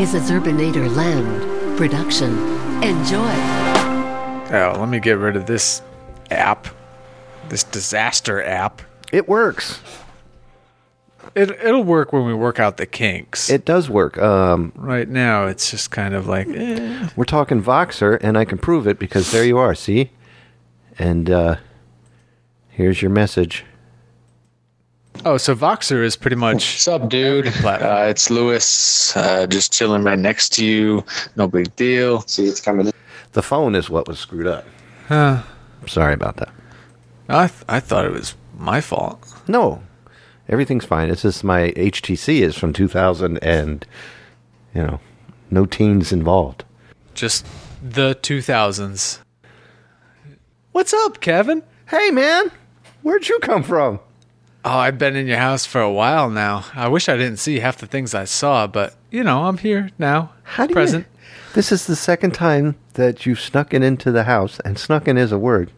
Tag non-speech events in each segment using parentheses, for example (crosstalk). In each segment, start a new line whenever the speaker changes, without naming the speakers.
Mrs. Urbanator Land production. Enjoy.
Oh, let me get rid of this app, this disaster app.
It works.
It, it'll work when we work out the kinks.
It does work. Um,
right now, it's just kind of like, eh.
we're talking Voxer, and I can prove it because there you are. See, and uh, here's your message.
oh, so Voxer is pretty much
What's up, dude?
(laughs) Platform.
Uh, it's Lewis. Uh, just chilling right next to you. No big deal.
See, it's coming in.
The phone is what was screwed up.
Huh.
Sorry about that.
I th- I thought it was my fault.
No, everything's fine. It's just my HTC is from 2000, and you know, no teens involved.
Just the 2000s. What's up, Kevin?
Hey, man, where'd you come from?
Oh, I've been in your house for a while now. I wish I didn't see half the things I saw, but you know, I'm here now.
How do you-
present.
This is the second time that you've snuck in into the house, and snuck in is a word.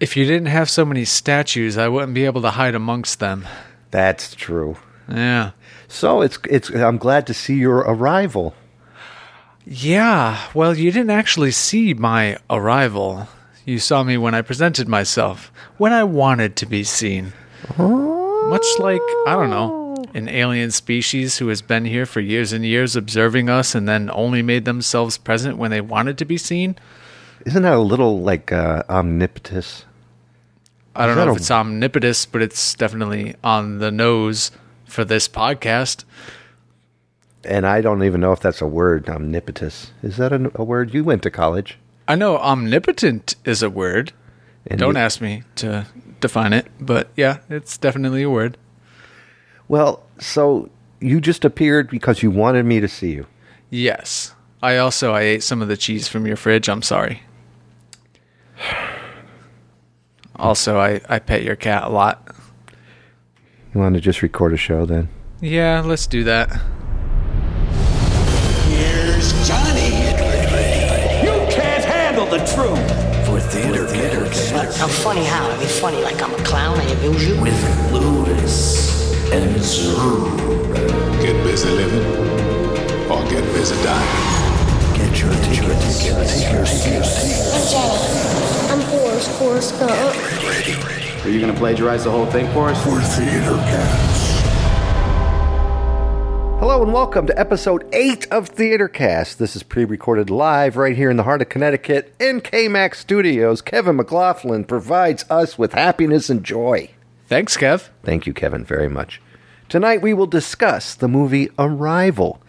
If you didn't have so many statues, I wouldn't be able to hide amongst them.
That's true.
Yeah.
So it's it's. I'm glad to see your arrival.
Yeah, well, you didn't actually see my arrival. You saw me when I presented myself, when I wanted to be seen. Much like, I don't know, an alien species who has been here for years and years observing us and then only made themselves present when they wanted to be seen.
Isn't that a little like uh, omnipotent?
I don't
Is that
know
a-
if it's omnipotent, but it's definitely on the nose for this podcast.
And I don't even know if that's a word. Omnipotent is that a, a word? You went to college.
I know omnipotent is a word.
And
Don't
you-
ask me to define it, but yeah, it's definitely a word.
Well, so you just appeared because you wanted me to see you.
Yes. I also I ate some of the cheese from your fridge. I'm sorry. Also, I I pet your cat a lot.
You wanted to just record a show then?
Yeah, let's do that.
Here's Johnny.
You can't handle the truth.
For theater, theater kids.
I'm funny how? I mean, funny like I'm a clown, I abuse you.
With Lewis and Zuru.
Get busy living or get busy dying.
Get your tickets. Get your tickets.
I'm Horace, Horace Gump.
Are you going to plagiarize the whole thing for us?
For theater cats.
Hello and welcome to episode eight of TheaterCast. This is pre-recorded live right here in the heart of Connecticut in KMAX Studios. Kevin McLaughlin provides us with happiness and joy.
Thanks, Kev.
Thank you, Kevin, very much. Tonight we will discuss the movie Arrival.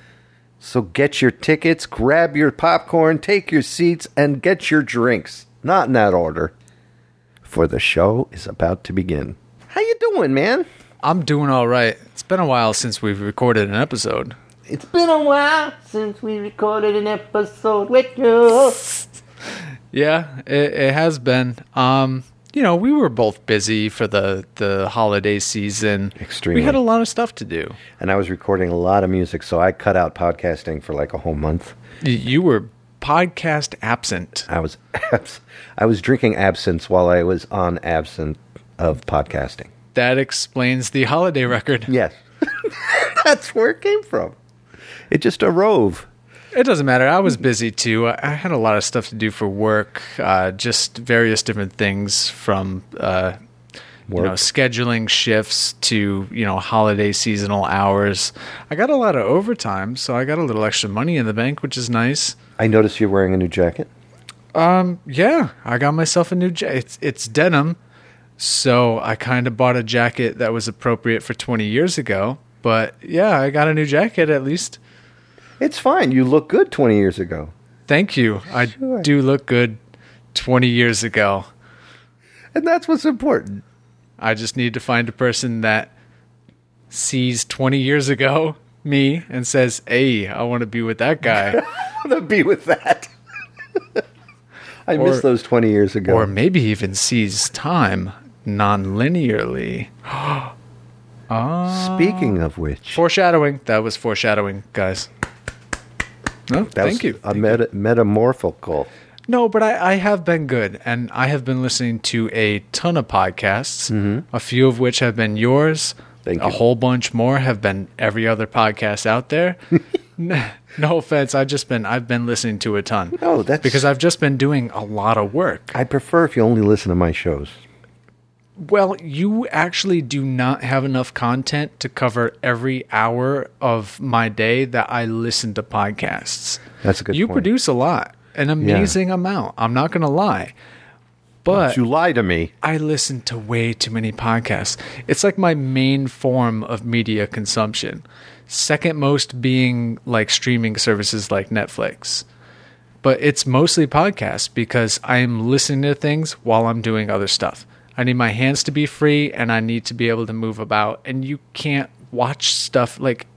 So get your tickets, grab your popcorn, take your seats, and get your drinks. Not in that order. For the show is about to begin. How you doing, man?
I'm doing all right. It's been a while since we've recorded an episode.
It's been a while since we recorded an episode with you.
Yeah, it, it has been. Um, you know, we were both busy for the the holiday season.
Extremely.
We had a lot of stuff to do.
And I was recording a lot of music, so I cut out podcasting for like a whole month.
Y- You were podcast absent.
I was (laughs) abs- I was drinking absinthe while I was on absinthe of podcasting.
That explains the holiday record.
Yes. (laughs) That's where it came from. It just arose.
It doesn't matter. I was busy too. I I had a lot of stuff to do for work, uh, just various different things from uh, you know
Work.
scheduling shifts to you know holiday seasonal hours. I got a lot of overtime, so I got a little extra money in the bank, which is nice.
I noticed you're wearing a new jacket.
Yeah, I got myself a new jacket. It's, it's denim, so I kind of bought a jacket that was appropriate for 20 years ago. But yeah, I got a new jacket at least.
It's fine. You look good 20 years ago.
Thank you. I
Sure.
do look good 20 years ago.
And that's what's important.
I just need to find a person that sees 20 years ago me and says, "Hey, I want to be with that
(laughs)
guy."
I'm going to be with that. (laughs) I
Or-
missed those 20 years ago.
or maybe even sees time non-linearly.
Speaking of which,
Foreshadowing. That was foreshadowing, guys. No,
that
thank
was
you.
a meta- metamorphical.
No, but I, I have been good, and I have been listening to a ton of podcasts. A few of which have been yours.
Mm-hmm. Thank
a
you. (laughs)
whole bunch more have been every other podcast out there. No offense, I've just been I've been listening to a ton.
No, that's-
because I've just been doing a lot of work.
I prefer if you only listen to my shows.
Well, you actually do not have enough content to cover every hour of my day that I listen to podcasts.
That's a good
You
point.
produce a lot, an amazing amount. I'm not going to lie. But
You lie to me.
I listen to way too many podcasts. It's like my main form of media consumption. Second most being like streaming services like Netflix. But it's mostly podcasts because I am listening to things while I'm doing other stuff. I need my hands to be free and I need to be able to move about. And you can't watch stuff like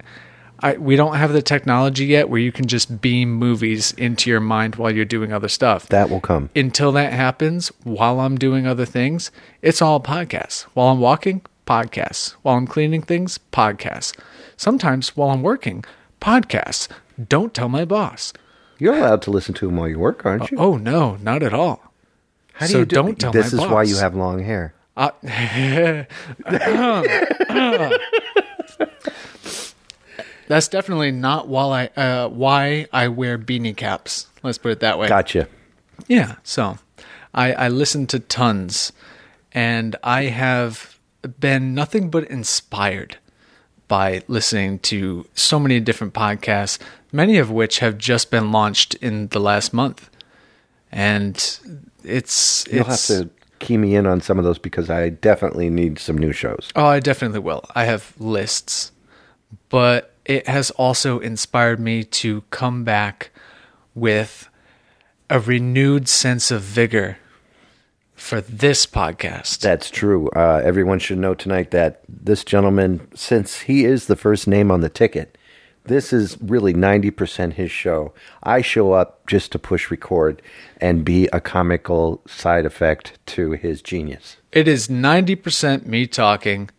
I, we don't have the technology yet where you can just beam movies into your mind while you're doing other stuff
That will come.
until that happens, while I'm doing other things, it's all podcasts. While I'm walking, podcasts. While I'm cleaning things, podcasts. Sometimes while I'm working, podcasts. Don't tell my boss.
You're allowed to listen to them while you work, aren't you?
Oh no, not at all.
How
so
you
don't tell
This
my
is why
boss.
you have long hair.
Uh, That's definitely not while I uh, why I wear beanie caps. Let's put it that way.
Gotcha.
Yeah. So I, I listen to tons and I have been nothing but inspired by listening to so many different podcasts, many of which have just been launched in the last month. And it's
You'll have
it's
to key me in on some of those because I definitely need some new shows.
Oh, I definitely will. I have lists, but it has also inspired me to come back with a renewed sense of vigor for this podcast.
That's true. Uh, everyone should know tonight that this gentleman, since he is the first name on the ticket, this is really 90% his show. I show up just to push record and be a comical side effect to his genius.
It is 90% me talking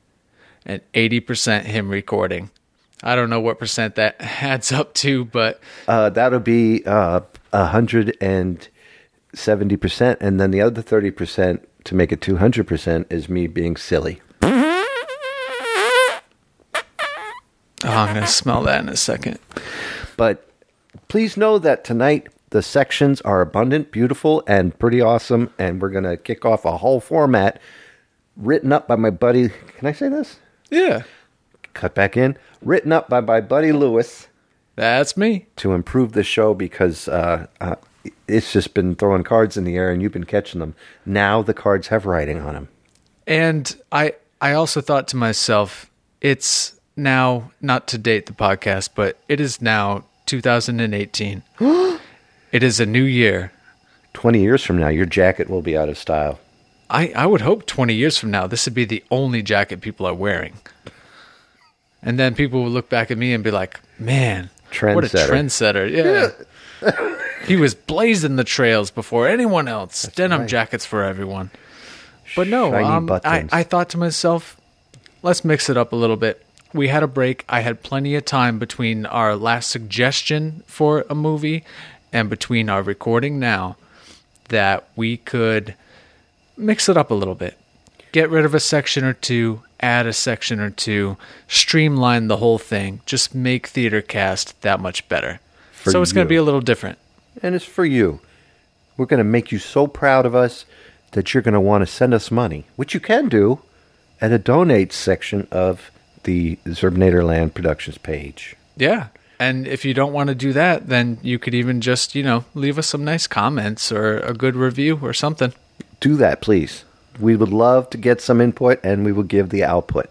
and 80% him recording. I don't know what percent that (laughs) adds up to, but
Uh, that'll be uh, 170%. And then the other 30% to make it 200% is me being silly.
oh, I'm going to smell that in a second.
But please know that tonight the sections are abundant, beautiful, and pretty awesome. And we're going to kick off a whole format written up by my buddy. Can I say this?
Yeah.
Cut back in. Written up by my buddy Lewis
That's me.
to improve the show because uh, uh, it's just been throwing cards in the air and you've been catching them. Now the cards have writing on them.
And I I also thought to myself, it's now not to date the podcast, but it is now 2018. it is a new year.
20 years from now, your jacket will be out of style.
I, I would hope 20 years from now, this would be the only jacket people are wearing. And then people would look back at me and be like, man, what a
Trendsetter."
trendsetter. Yeah. (laughs) he was blazing the trails before anyone else. Denim jackets for everyone. But no,
Shiny
um, I,
buttons.
I thought to myself, let's mix it up a little bit. We had a break. I had plenty of time between our last suggestion for a movie and between our recording now that we could mix it up a little bit. Get rid of a section or two, add a section or two, streamline the whole thing, just make theater cast that much better. so it's going
you.
to be a little different.
And it's for you. We're going to make you so proud of us that you're going to want to send us money, which you can do at a donate section of the Zerbinator Land Productions page.
Yeah. And if you don't want to do that, then you could even just, you know, leave us some nice comments or a good review or something.
Do that, please. We would love to get some input and we will give the output.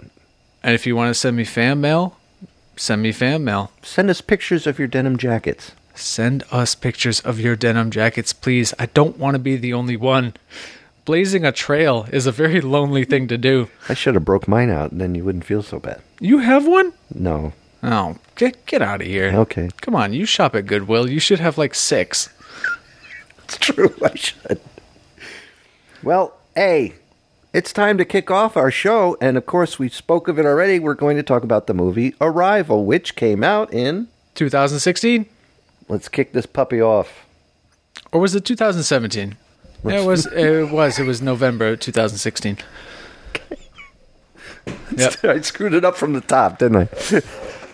And if you want to send me fan mail, send me fan mail.
Send us pictures of your denim jackets.
Send us pictures of your denim jackets, please. I don't want to be the only one. Blazing a trail is a very lonely thing to do.
I should have broke mine out and then you wouldn't feel so bad.
You have one?
No.
Oh, get get out of here.
Okay.
Come on, you shop at Goodwill. You should have like six.
It's true. I should. Well, A, it's time to kick off our show. And of course, we spoke of it already. We're going to talk about the movie Arrival, which came out in.
2016?
Let's kick this puppy off.
Or was it 2017? Yeah, it was it was. It was November 2016. Yep.
(laughs) I screwed it up from the top, didn't I?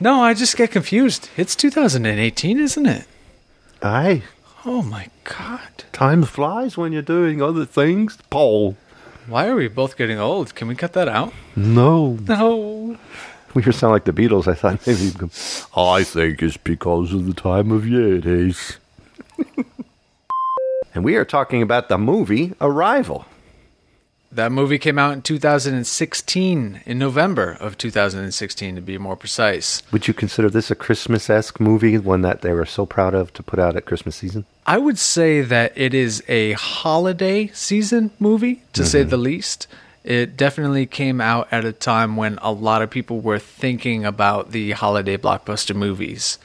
No, I just get confused. It's 2018, isn't it?
(laughs) Aye.
Oh my god.
Time flies when you're doing other things, Paul.
Why are we both getting old? Can we cut that out?
No.
No.
We just sound like the Beatles. I thought maybe you'd go, I think it's because of the time of year it is. (laughs) and we are talking about the movie Arrival.
That movie came out in 2016, in November of 2016, to be more precise.
Would you consider this a Christmas esque movie, one that they were so proud of to put out at Christmas season?
I would say that it is a holiday season movie, to say the least. It definitely came out at a time when a lot of people were thinking about the holiday blockbuster movies.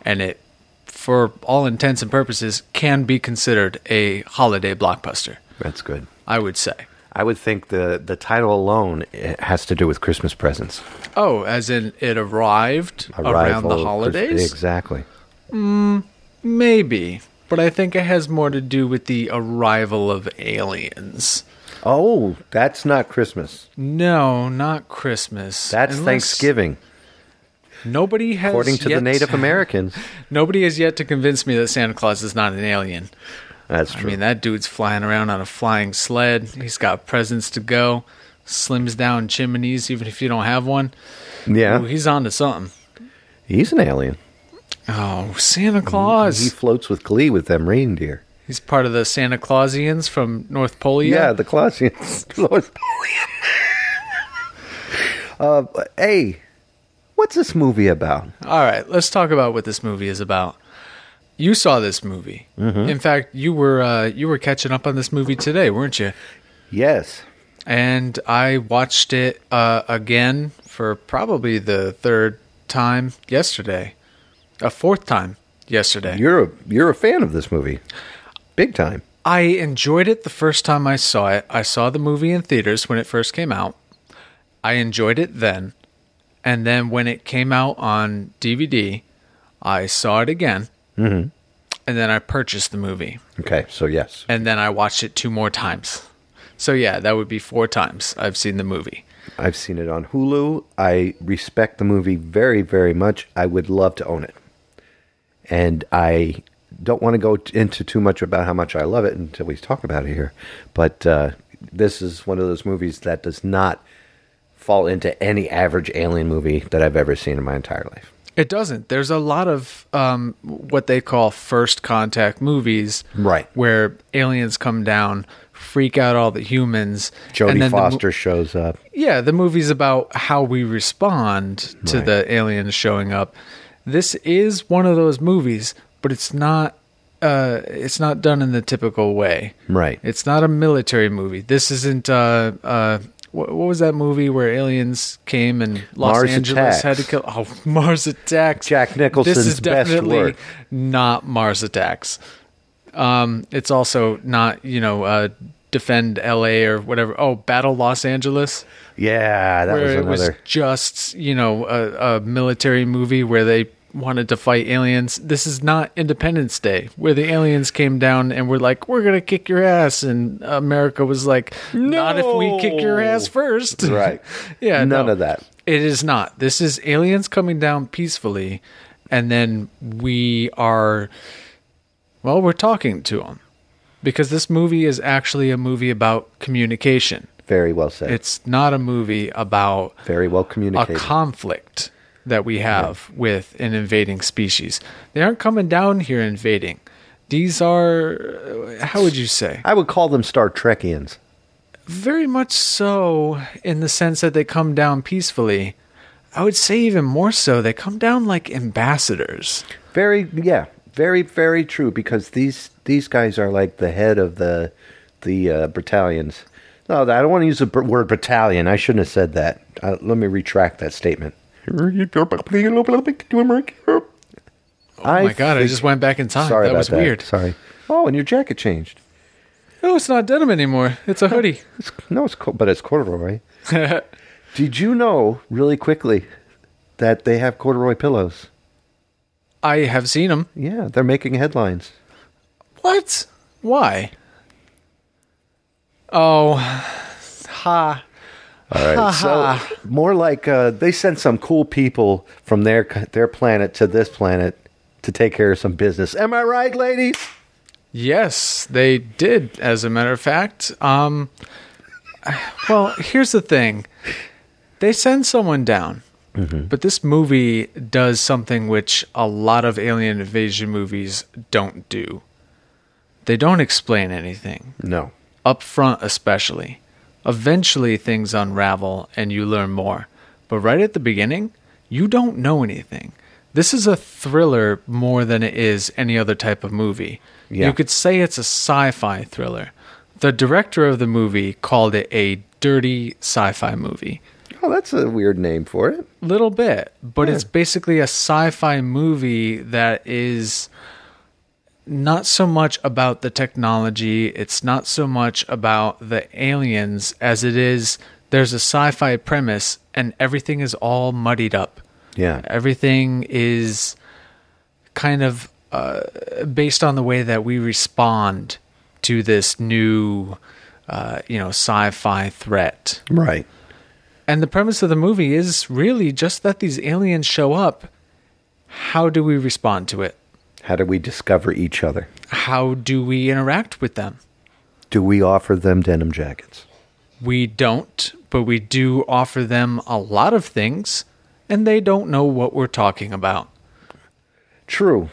And it, for all intents and purposes, can be considered a holiday blockbuster,
That's good.
I would say.
I would think the, the title alone it has to do with Christmas presents.
Oh, as in it arrived around
Arrival,
the
Chris-
holidays?
Exactly.
Maybe. But I think it has more to do with the arrival of aliens.
Oh, that's not Christmas.
No, not Christmas.
That's
Unless-
Thanksgiving,
Nobody has
according to the
yet-
Native Americans.
(laughs) Nobody has yet to convince me that Santa Claus is not an alien.
That's
I
true.
mean, that dude's flying around on a flying sled. He's got presents to go. Slims down chimneys, even if you don't have one.
yeah,
Ooh, he's on to something.
he's an alien.
Oh, Santa Claus.
He floats with glee with them reindeer.
he's part of the Santa Clausians from North Polia.
Yeah,
(laughs)
the Colossians. Lord. (laughs) uh, hey, what's this movie about?
All right, let's talk about what this movie is about. You saw this movie. In fact, you were uh, you were catching up on this movie today, weren't you?
Yes,
And I watched it uh, again for probably the third time yesterday, a fourth time yesterday.
you're a you're a fan of this movie, big time.
I enjoyed it the first time I saw it. I saw the movie in theaters when it first came out. I enjoyed it then. And then when it came out on DVD, I saw it again. Mm-hmm. And then I purchased the movie.
Okay, so yes,
And then I watched it two more times. So, yeah, that would be four times I've seen the movie.
I've seen it on Hulu. I respect the movie very very much. I would love to own it, and I don't want to go t- into too much about how much I love it until we talk about it here. But uh, this is one of those movies that does not fall into any average alien movie that I've ever seen in my entire life.
It doesn't. There's a lot of um, what they call first contact movies,
Right.
Where aliens come down, freak out all the humans. and
Jodie
then the mo-
Foster shows up.
yeah, the movie's about how we respond to the aliens showing up. This is one of those movies, but it's not. Uh, it's not done in the typical way.
Right.
It's not a military movie. This isn't. Uh, uh, what, what was that movie where aliens came and Los
Mars
Angeles had to
Attacks.
kill? Oh, (laughs) Mars Attacks.
Jack Nicholson's
This is
best
definitely
work.
not Mars Attacks. Um, it's also not you know uh, defend L.A. or whatever. Oh, Battle Los Angeles
Yeah, that was
where
another.
it was just you know a, a military movie where they wanted to fight aliens. This is not Independence Day, where the aliens came down and were like, "We're gonna kick your ass," and America was like, "Not if we kick your ass first. (laughs)
Right.
yeah,
None
no.
of that.
It is not. This is aliens coming down peacefully, and then we are, well, we're talking to them. Because this movie is actually a movie about communication.
Very well said.
It's not a movie about
Very well
a
communicated.
conflict that we have with an invading species. They aren't coming down here invading. These are, uh, how would you say?
I would call them Star Trekians.
Very much so in the sense that they come down peacefully. I would say even more so, they come down like ambassadors.
Very yeah, very very true because these these guys are like the head of the the uh, battalions. No, I don't want to use the b- word battalion. I shouldn't have said that. Uh, let me retract that statement.
Oh my God, I just went back in time.
Sorry
that
about
was weird.
Sorry. Oh, and your jacket changed.
No, it's not denim anymore. It's a hoodie. (laughs)
It's, no, it's co- but it's corduroy. Did you know really quickly that they have corduroy pillows?
I have seen them.
Yeah, they're making headlines.
What? Why? Oh, ha.
All right. so more like uh, they sent some cool people from their their planet to this planet to take care of some business. Am I right, ladies?
Yes, they did. As a matter of fact, um, well, here's the thing: they send someone down, but this movie does something which a lot of alien invasion movies don't do. They don't explain anything
No.
up front, especially. Eventually, things unravel and you learn more. But right at the beginning, you don't know anything. This is a thriller more than it is any other type of movie.
Yeah.
You could say it's a sci fi thriller. The director of the movie called it a dirty sci fi movie.
Oh, that's a weird name for it.
Little bit, but it's basically a sci-fi movie that is not so much about the technology, it's not so much about the aliens as it is there's a sci-fi premise and everything is all muddied up.
Yeah.
Everything is kind of uh, based on the way that we respond to this new uh, you know, sci-fi threat.
Right.
And the premise of the movie is really just that these aliens show up. How do we respond to it?
How do we discover each other?
How do we interact with them?
Do we offer them denim jackets?
We don't, but we do offer them a lot of things, and they don't know what we're talking about.
True.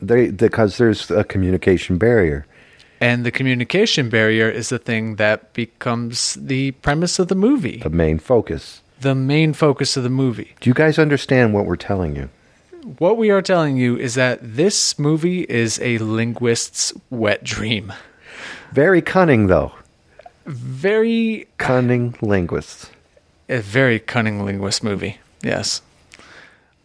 They because there's a communication barrier.
And the communication barrier is the thing that becomes the premise of the movie,
The main focus.
the main focus of the movie.
Do you guys understand what we're telling you?
What we are telling you is that this movie is a linguist's wet dream.
Very cunning though.
Very
Cunning linguists.
a very cunning linguist movie. Yes.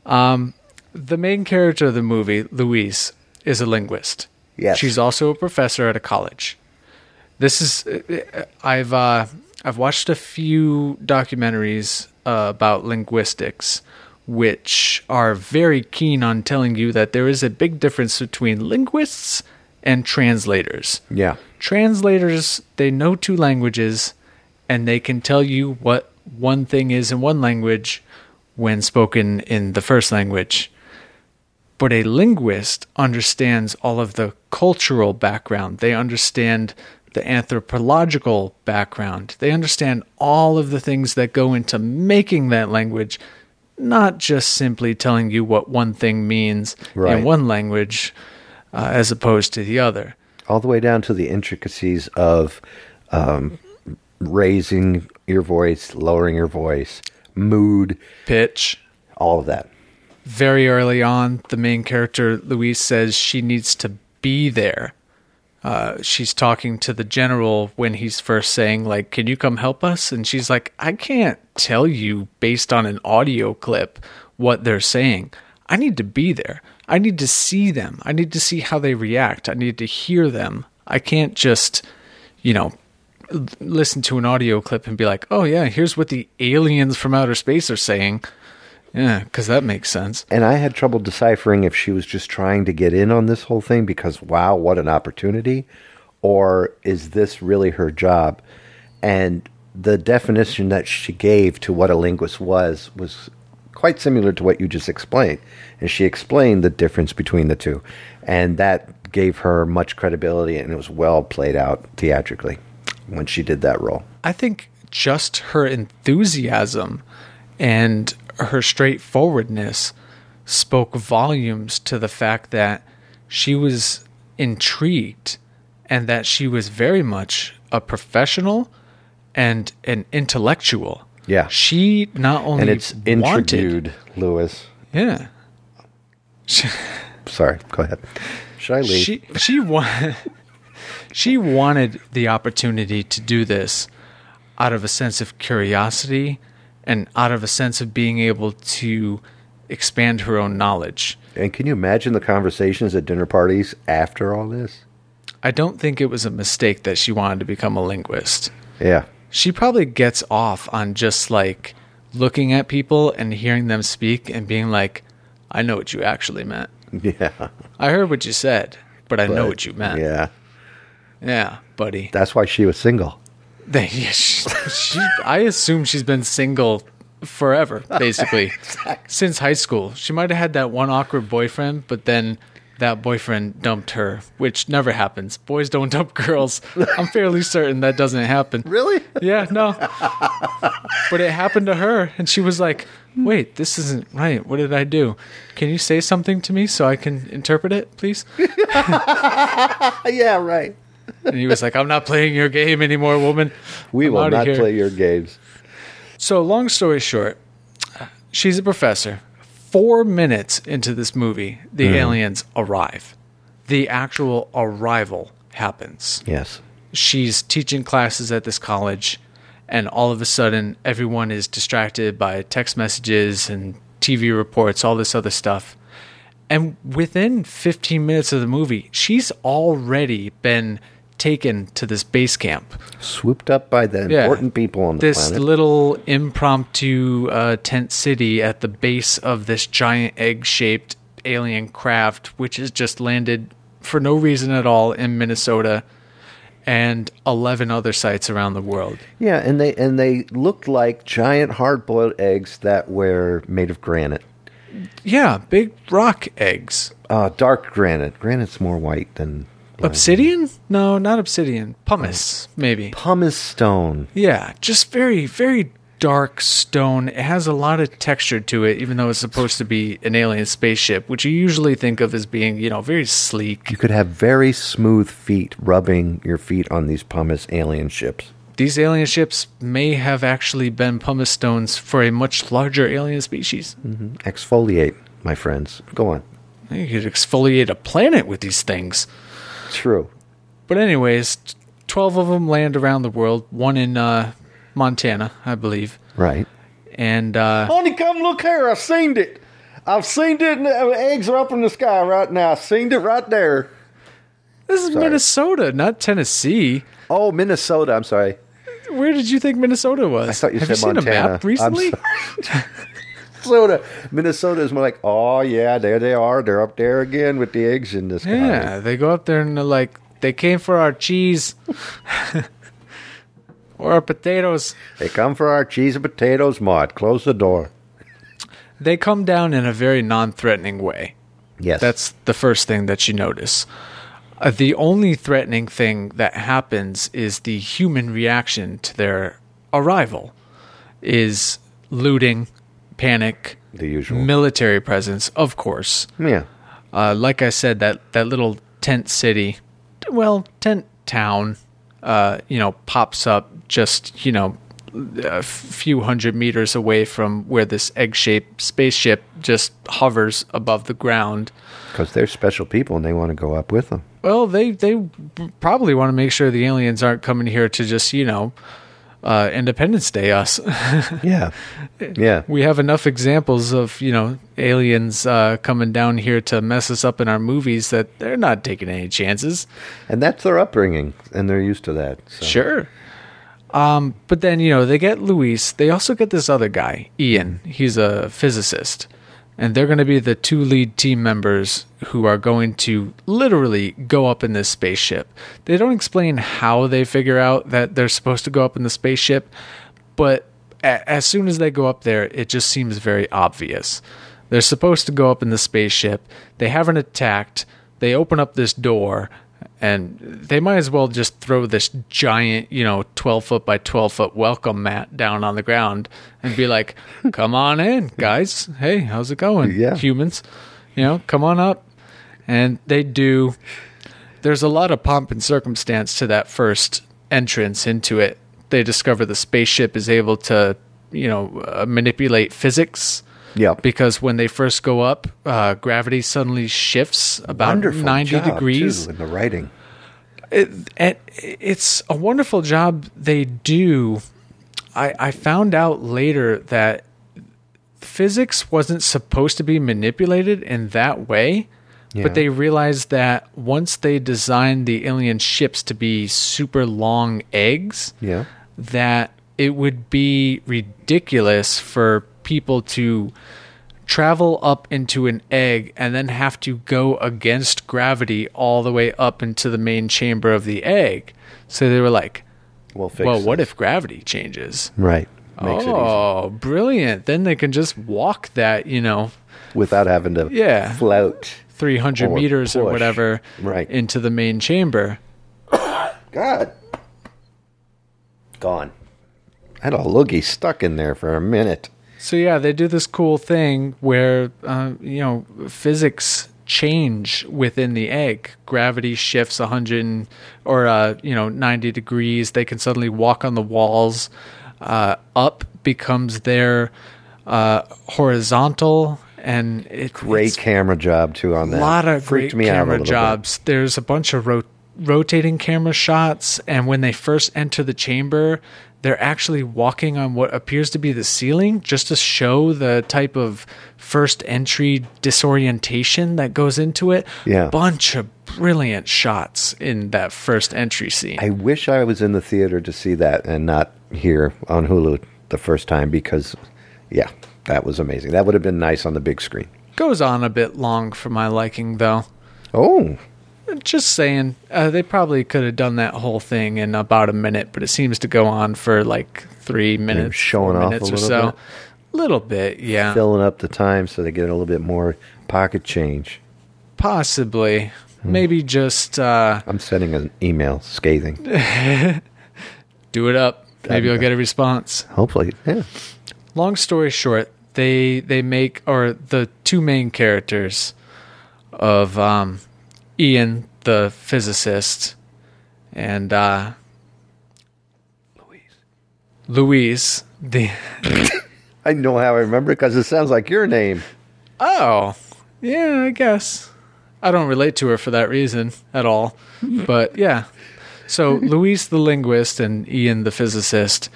Um, the main character of the movie, Louise, is a linguist.
Yes.
She's also a professor at a college. This is I've uh, I've watched a few documentaries uh, about linguistics, which are very keen on telling you that there is a big difference between linguists and translators
Yeah.
translators they know two languages and they can tell you what one thing is in one language when spoken in the first language but a linguist understands all of the cultural background they understand the anthropological background they understand all of the things that go into making that language not just simply telling you what one thing means
Right.
in one language uh, as opposed to the other
all the way down to the intricacies of um, raising your voice, lowering your voice, mood,
pitch
all of that.
very early on, the main character, Louise, says she needs to be there. Uh, she's talking to the general when he's first saying, like, can you come help us? And she's like, I can't tell you based on an audio clip what they're saying. I need to be there. I need to see them. I need to see how they react. I need to hear them. I can't just, you know, l- listen to an audio clip and be like, oh, yeah, here's what the aliens from outer space are saying. Yeah, because that makes sense.
And I had trouble deciphering if she was just trying to get in on this whole thing because, wow, what an opportunity, or is this really her job? And the definition that she gave to what a linguist was was quite similar to what you just explained. And she explained the difference between the two. And that gave her much credibility and it was well played out theatrically when she did that role.
I think just her enthusiasm and her straightforwardness spoke volumes to the fact that she was intrigued and that she was very much a professional and an intellectual.
Yeah.
She not only
And it's
wanted,
intrigued, Lewis.
yeah,
Sorry, go ahead. Should I leave?
She she wa- (laughs) she wanted the opportunity to do this out of a sense of curiosity and out of a sense of being able to expand her own knowledge.
And can you imagine the conversations at dinner parties after all this?
I don't think it was a mistake that she wanted to become a linguist.
(laughs)
Yeah.
She probably gets off on just like looking at people and hearing them speak and being like, "I know what you actually meant.
Yeah.
I heard what you said, but I know
But-
what you meant."
Yeah.
yeah buddy.
That's why she was single.
They, yeah, she, she, I assume she's been single
(laughs)
forever, basically, since high school. She might have had that one awkward boyfriend, but then that boyfriend dumped her, which never happens. Boys don't (laughs) dump girls. I'm fairly certain that doesn't happen.
Really? (laughs)
Yeah, no. but it happened to her, and she was like, "Wait, this isn't right. What did I do? Can you say something to me so I can interpret it, please?"
yeah, right.
And he was like, "I'm not playing your game anymore, woman.
We
I'm
will
outta
not
here."
play your games.
So, long story short, she's a professor. Four minutes into this movie, the aliens arrive. The actual arrival happens.
Yes.
She's teaching classes at this college, and all of a sudden, everyone is distracted by text messages and TV reports, all this other stuff. And within 15 minutes of the movie, she's already been taken to this base camp
Swooped up by the
yeah.
important people on the
this
planet.
little impromptu uh, tent city at the base of this giant egg-shaped alien craft, which has just landed for no reason at all in Minnesota and 11 other sites around the world.
yeah, and they and they looked like giant hard-boiled eggs that were made of granite.
Yeah, big rock eggs.
Uh, dark granite. Granite's more white than
Obsidian? No, not obsidian. Pumice, maybe.
pumice stone.
Yeah, just very, very dark stone. It has a lot of texture to it, even though it's supposed to be an alien spaceship, which you usually think of as being, you know, very sleek.
You could have very smooth feet rubbing your feet on these pumice alien ships.
These alien ships may have actually been pumice stones for a much larger alien species.
Mm. Exfoliate, my friends. Go on.
You could exfoliate a planet with these things.
True.
But anyways, t- 12 of them land around the world, one in uh, Montana, I believe.
Right.
And uh,
Honey, come look here. I've seen it. I've seen it. and the Eggs are up in the sky right now. I've seen it right there.
this is
Sorry.
Minnesota, not Tennessee.
Oh, Minnesota. I'm sorry.
Where did you think Minnesota was?
I thought you
Have
said
you seen
Montana.
a map recently?
I'm Minnesota. Minnesota is more like, oh, yeah, there they are. They're up there again with the eggs in the sky.
Yeah, they go up there and they're like, they came for our cheese (laughs) or our potatoes.
They come for our cheese and potatoes, Maud. Close the door.
They come down in a very non threatening way.
Yes.
That's the first thing that you notice. Uh, the only threatening thing that happens is the human reaction to their arrival is looting, panic,
the usual.
military presence, of course.
yeah.
Uh, like I said, that, that little tent city, well, tent town, uh, you know, pops up just, you know, a few hundred meters away from where this egg shaped spaceship just hovers above the ground.
Because they're special people and they want to go up with them.
Well, they, they probably want to make sure the aliens aren't coming here to just, you know, uh, Independence Day us. (laughs)
Yeah. Yeah.
we have enough examples of you know aliens uh, coming down here to mess us up in our movies that they're not taking any chances.
And that's their upbringing and they're used to that. So.
Sure. Um, but then you know they get Luis. They also get this other guy, Ian. He's a physicist, and they're going to be the two lead team members who are going to literally go up in this spaceship. They don't explain how they figure out that they're supposed to go up in the spaceship, but a- as soon as they go up there, it just seems very obvious. They're supposed to go up in the spaceship. They haven't attacked. They open up this door, and they might as well just throw this giant, you know, 12 foot by 12 foot welcome mat down on the ground and be like, come on in, guys. Hey, how's it going,
Yeah.
humans? You know, come on up. And they do there's a lot of pomp and circumstance to that first entrance into it. They discover the spaceship is able to, you know, uh, manipulate physics
Yeah.
because when they first go up, uh, gravity suddenly shifts about
Wonderful
90
job,
degrees.
too, in the writing.
And it's a wonderful job they do. I, I found out later that physics wasn't supposed to be manipulated in that way,
Yeah.
but they realized that once they designed the alien ships to be super long eggs,
Yeah.
that it would be ridiculous for people to travel up into an egg and then have to go against gravity all the way up into the main chamber of the egg. So they were like,
We'll fix
well, what
it.
if gravity changes?
Right. Makes it
oh, brilliant. Then they can just walk that, you know,
easy without having to
Yeah.
float.
300
Or
meters or
push.
whatever
Right.
into the main chamber.
God. Gone. I had a loogie stuck in there for a minute.
So yeah, they do this cool thing where uh, you know physics change within the egg. Gravity shifts 100 or uh, you know 90 degrees. They can suddenly walk on the walls. Uh, up becomes their uh, horizontal, and it,
Great
it's
camera job too on
a
that.
lot of
Freaked
great
me out a
camera
little bit.
jobs. There's a bunch of ro- rotating camera shots, and when they first enter the chamber, they're actually walking on what appears to be the ceiling, just to show the type of first entry disorientation that goes into it.
Yeah.
bunch of brilliant shots in that first entry scene.
I wish I was in the theater to see that and not here on Hulu the first time because, yeah, that was amazing. That would have been nice on the big screen.
goes on a bit long for my liking, though.
Oh,
Just saying, uh, they probably could have done that whole thing in about a minute, but it seems to go on for like three minutes,
showing
four
off a
minutes or
little
so.
bit.
Little bit, yeah,
filling up the time so they get a little bit more pocket change.
possibly.
Hmm.
Maybe just uh,
I'm sending an email scathing.
do it up. Maybe
be
I'll
good.
get a response.
Hopefully, yeah.
Long story short, they they make or the two main characters of um, Ian, the physicist, and uh, Louise, the
I know how I remember it because it sounds like your name.
Oh, yeah, I guess. I don't relate to her for that reason at all. But yeah. So, (laughs) Luis the linguist and Ian the physicist,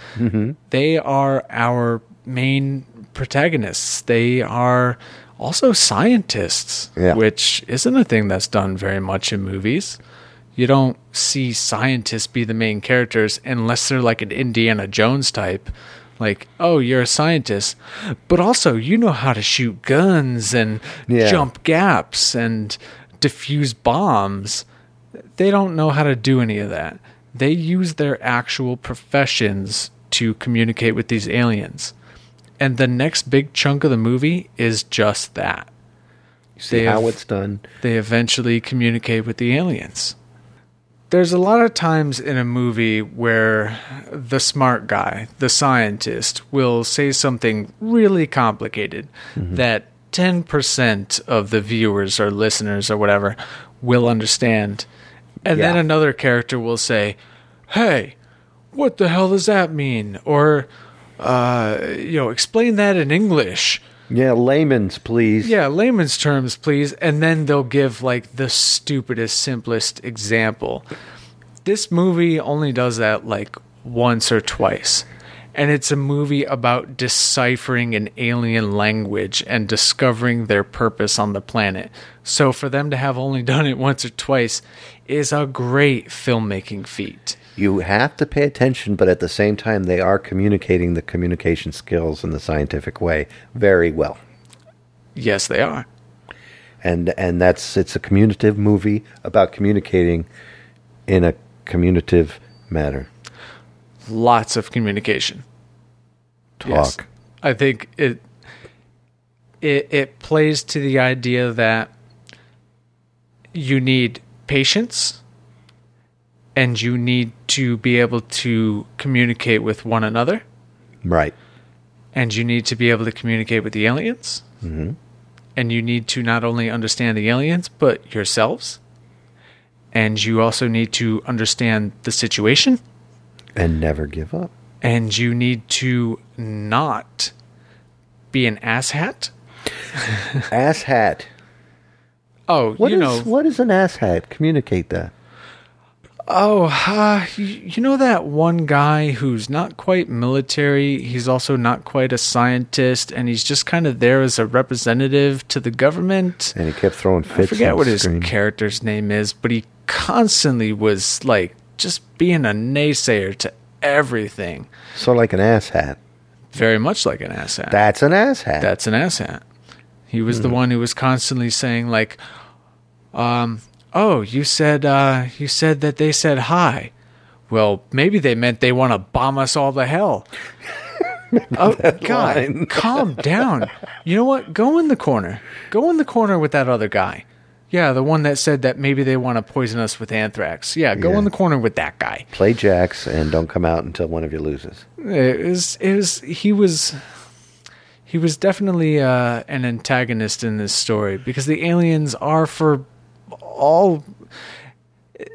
they are our main protagonists. They are also scientists,
Yeah.
which isn't a thing that's done very much in movies. You don't see scientists be the main characters unless they're like an Indiana Jones type. Like, oh, you're a scientist, but also you know how to shoot guns and
Yeah.
jump gaps and defuse bombs. They don't know how to do any of that. They use their actual professions to communicate with these aliens. And the next big chunk of the movie is just that.
See
They
how
have-
it's done.
They eventually communicate with the aliens. There's a lot of times in a movie where the smart guy, the scientist, will say something really complicated that 10% of the viewers or listeners or whatever will understand. And then
Yeah.
another character will say, Hey, what the hell does that mean? Or, uh, you know, explain that in English.
Yeah, layman's please.
Yeah, layman's terms, please. And then they'll give like the stupidest, simplest example. This movie only does that like once or twice. And it's a movie about deciphering an alien language and discovering their purpose on the planet. So for them to have only (laughs) done it once or twice is a great filmmaking feat.
You have to pay attention, but at the same time, they are communicating the communication skills in the scientific way very well.
Yes, they are.
and and that's it's a communicative movie about communicating in a communicative manner.
Lots of communication.
Talk.
Yes. I think it it it plays to the idea that you need patience and you need to be able to communicate with one another
Right.
and you need to be able to communicate with the aliens and you need to not only understand the aliens but yourselves and you also need to understand the situation
And never give up.
and you need to not be an asshat
Ass hat.
Oh,
What
you
is-
know.
what is an ass hat? Communicate that.
Oh, uh, you, you know that one guy who's not quite military. He's also not quite a scientist, and he's just kind of there as a representative to the government.
And he kept throwing
I
fits.
forget
on
what
the
his
screen.
character's name is, but he constantly was like just being a naysayer to everything.
So like an ass hat.
Very much like an asshat.
That's an ass hat.
that's an asshat. He was
Hmm.
the one who was constantly saying like, um, "Oh, you said uh, you said that they said hi. Well, maybe they meant they want to bomb us all to
(laughs)
hell. oh,
line. (laughs)
God, calm down. You know what? Go in the corner. Go in the corner with that other guy. Yeah, the one that said that maybe they want to poison us with anthrax. Yeah, go
Yeah.
in the corner with that guy.
Play jacks and don't come out until one of you loses.
It was, it was, he was, he was definitely uh, an antagonist in this story because the aliens are for all.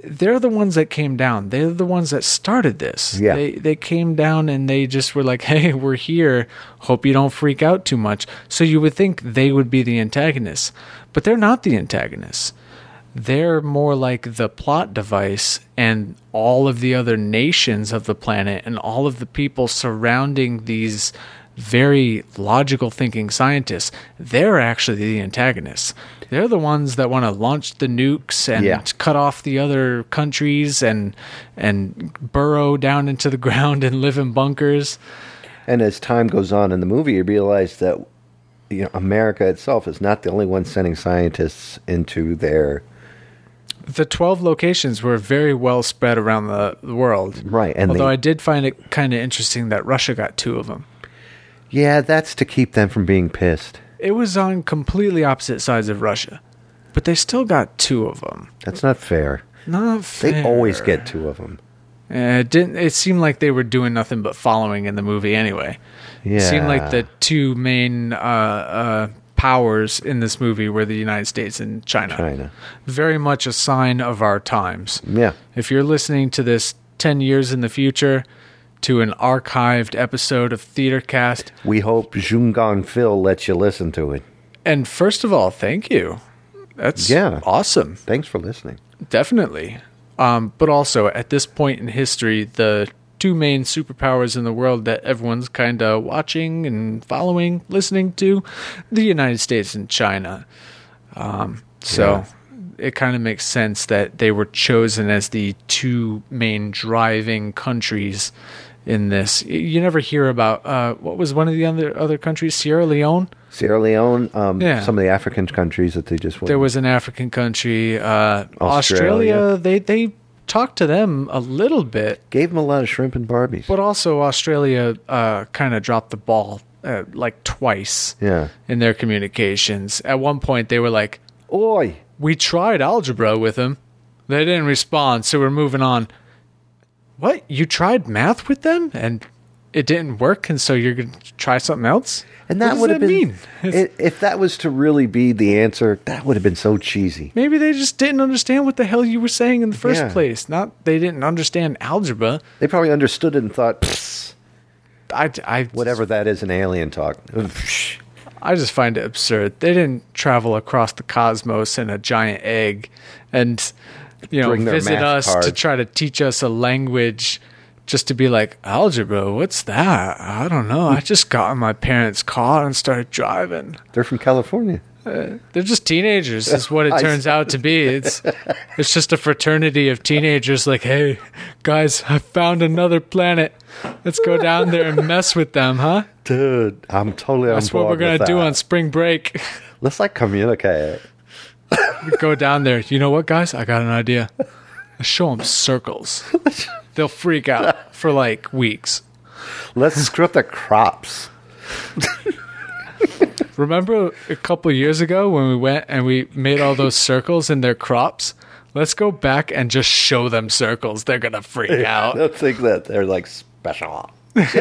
They're the ones that came down. They're the ones that started this.
Yeah.
They they came down and they just were like, (laughs) "Hey, we're here. Hope you don't freak out too much." So you would think they would be the antagonists, but they're not the antagonists they're more like the plot device and all of the other nations of the planet and all of the people surrounding these very logical thinking scientists they're actually the antagonists they're the ones that want to launch the nukes and
Yeah.
cut off the other countries and and burrow down into the (laughs) ground and live in bunkers
And as time goes on in the movie, you realize that you know America itself is not the only one sending scientists into their
the 12 locations were very well spread around the, the world
Right, and
although
they-
i did find it kind of interesting that russia got two of them
Yeah, that's to keep them from being pissed.
It was on completely opposite sides of Russia, but they still got two of them.
That's not fair.
Not
They
fair.
always get two of them.
Eh, It didn't. It seemed like they were doing nothing but following in the movie anyway.
Yeah.
It seemed like the two main uh, uh, powers in this movie were the United States and China.
China.
Very much a sign of our times.
Yeah.
If you're listening to this 10 years in the future to an archived episode of Theatercast,
We hope Jungon Phil lets you listen to it.
and first of all, thank you. That's
Yeah.
awesome.
Thanks for listening.
Definitely. Um, but also, at this point in history, the two main superpowers in the world that everyone's kind of watching and following, listening to, the United States and China. Um, so it kind of makes sense that they were chosen as the two main driving countries in this. Y- You never hear about uh, what was one of the other other countries, Sierra Leone.
Sierra Leone, um,
Yeah.
some of the African countries that they just went.
There was an African country, uh,
Australia.
Australia. They they talked to them a little bit,
gave them a lot of shrimp and Barbies.
but also Australia uh, kind of dropped the ball uh, like twice
yeah.
in their communications. At one point, they were like,
Oi.
"We tried algebra with them. They didn't respond, so we're moving on." What you tried math with them and it didn't work, and so you're going to try something else?
And
What
that
does
would have been
mean? It's-
i- if that was to really be the answer, that would have been so cheesy.
Maybe they just didn't understand what the hell you were saying in the first
Yeah.
place. Not they didn't understand algebra.
They probably understood it and thought, "Pfft,
I, I
whatever that is, an alien talk. (laughs)
I just find it absurd. They didn't travel across the cosmos in a giant egg, and you know
Bring their
visit
math
us to
card.
try to teach us a language. Just to be like algebra, what's that? I don't know. I just got in my parents' car and started driving.
They're from California.
They're just teenagers, is what it
(laughs) I-
turns out to be. It's it's just a fraternity of teenagers. Like, hey, guys, I found another planet. Let's go down there and mess with them, huh?
Dude, I'm totally on
That's what we're
board
gonna
with
do
that.
on spring break.
Let's like communicate.
go down there. You know what, guys? I got an idea. Show them circles. They'll freak out for like weeks.
Let's screw up
(laughs)
the crops.
Remember a couple years ago when we went and we made all those circles in their crops? Let's go back and just show them circles. They're gonna
(laughs)
freak
I
out.
don't think that they're like special. (laughs) they're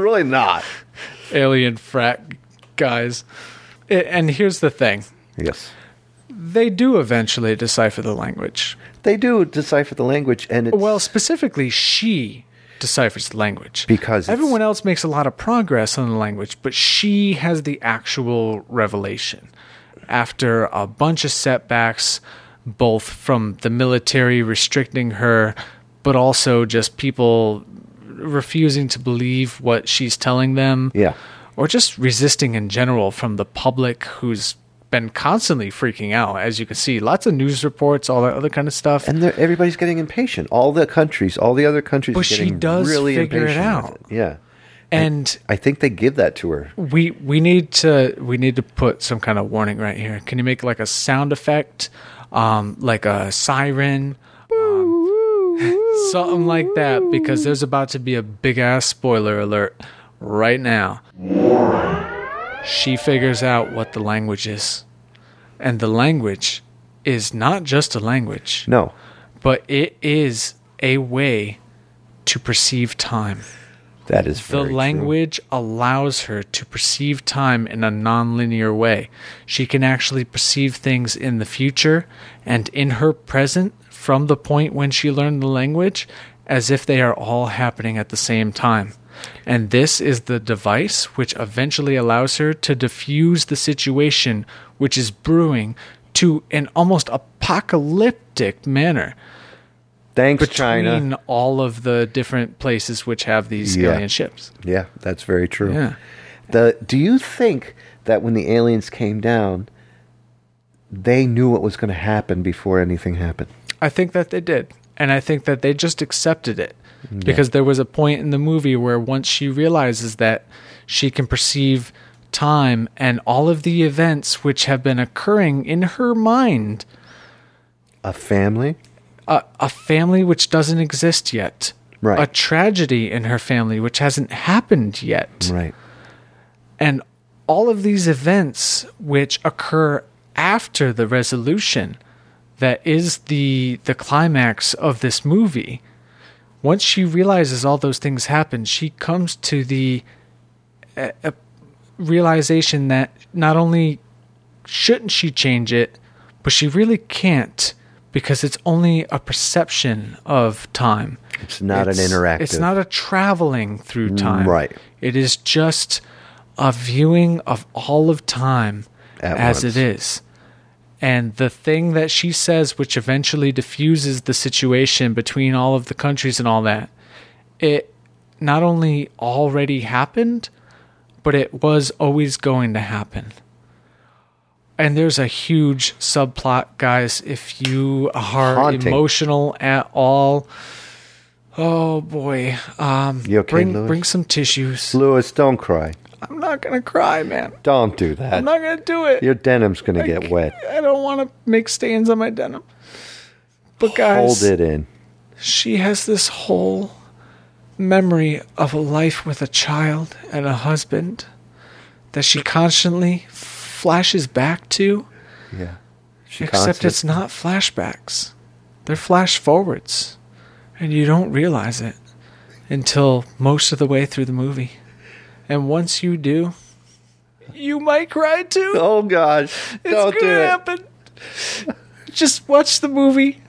really not.
alien frat guys. I- and here's the thing
Yes.
they do eventually decipher the language.
They do decipher the language, and it's
Well, specifically, she deciphers the language.
Because it's-
everyone else makes a lot of progress on the language, but she has the actual revelation. After a bunch of setbacks, both from the military restricting her, but also just people refusing to believe what she's telling them.
Yeah.
Or just resisting in general from the public who's been constantly freaking out, as you can see. Lots of news reports, all that other kind of stuff.
and they're, everybody's getting impatient. All the countries, all the other countries,
But
are
she
getting
does
really
figure it
impatient with
out. Hmm.
it. Yeah,
and
I think they give that to her.
we we need to we need to put some kind of warning right here. Can you make like a sound effect, um, (laughs) like a siren, um, something like that because there's about to be a big ass spoiler alert right now. She figures out what the language is. And the language is not just a language,
No.
but it is a way to perceive time.
That is
The
very true.
language allows her to perceive time in a nonlinear way. She can actually perceive things in the future and in her present from the point when she learned the language as if they are all happening at the same time. And this is the device which eventually allows her to diffuse the situation which is brewing to an almost apocalyptic manner
Thanks,
between
China.
all of the different places which have these
Yeah.
alien ships.
Yeah, that's very true.
Yeah.
The do you think that when the aliens came down, they knew what was going to happen before anything happened?
I think that they did. And I think that they just accepted it. Because there was a point in the movie where once she realizes that she can perceive time and all of the events which have been occurring in her mind,
A family?
a, a family which doesn't exist yet,
Right.
a tragedy in her family which hasn't happened yet,
Right.
and all of these events which occur after the resolution that is the the climax of this movie once she realizes all those things happen she comes to the uh, uh, realization that not only shouldn't she change it but she really can't because it's only a perception of time
It's not an interactive. Mm,
it's not a traveling through time.
right.
It is just a viewing of all of time
At
as
once.
it is. And the thing that she says, which eventually diffuses the situation between all of the countries and all that, it not only already happened, but it was always going to happen. And there's a huge subplot, guys. If you are
Haunting.
emotional at all, oh boy. Um,
You okay,
bring,
Louis?
bring some tissues.
Lewis, don't cry.
I'm not going to cry, man.
Don't do that.
I'm not going to do it.
Your denim's going to
I-
get wet.
I don't want to make stains on my denim. But, guys,
Hold it in.
she has this whole memory of a life with a child and a husband that she constantly flashes back to,
Yeah. She
except it's not flashbacks. They're flash forwards. And you don't realize it until most of the way through the movie. And once you do, you might cry too.
Oh gosh!
It's
don't
gonna
do it.
happen. just watch the movie.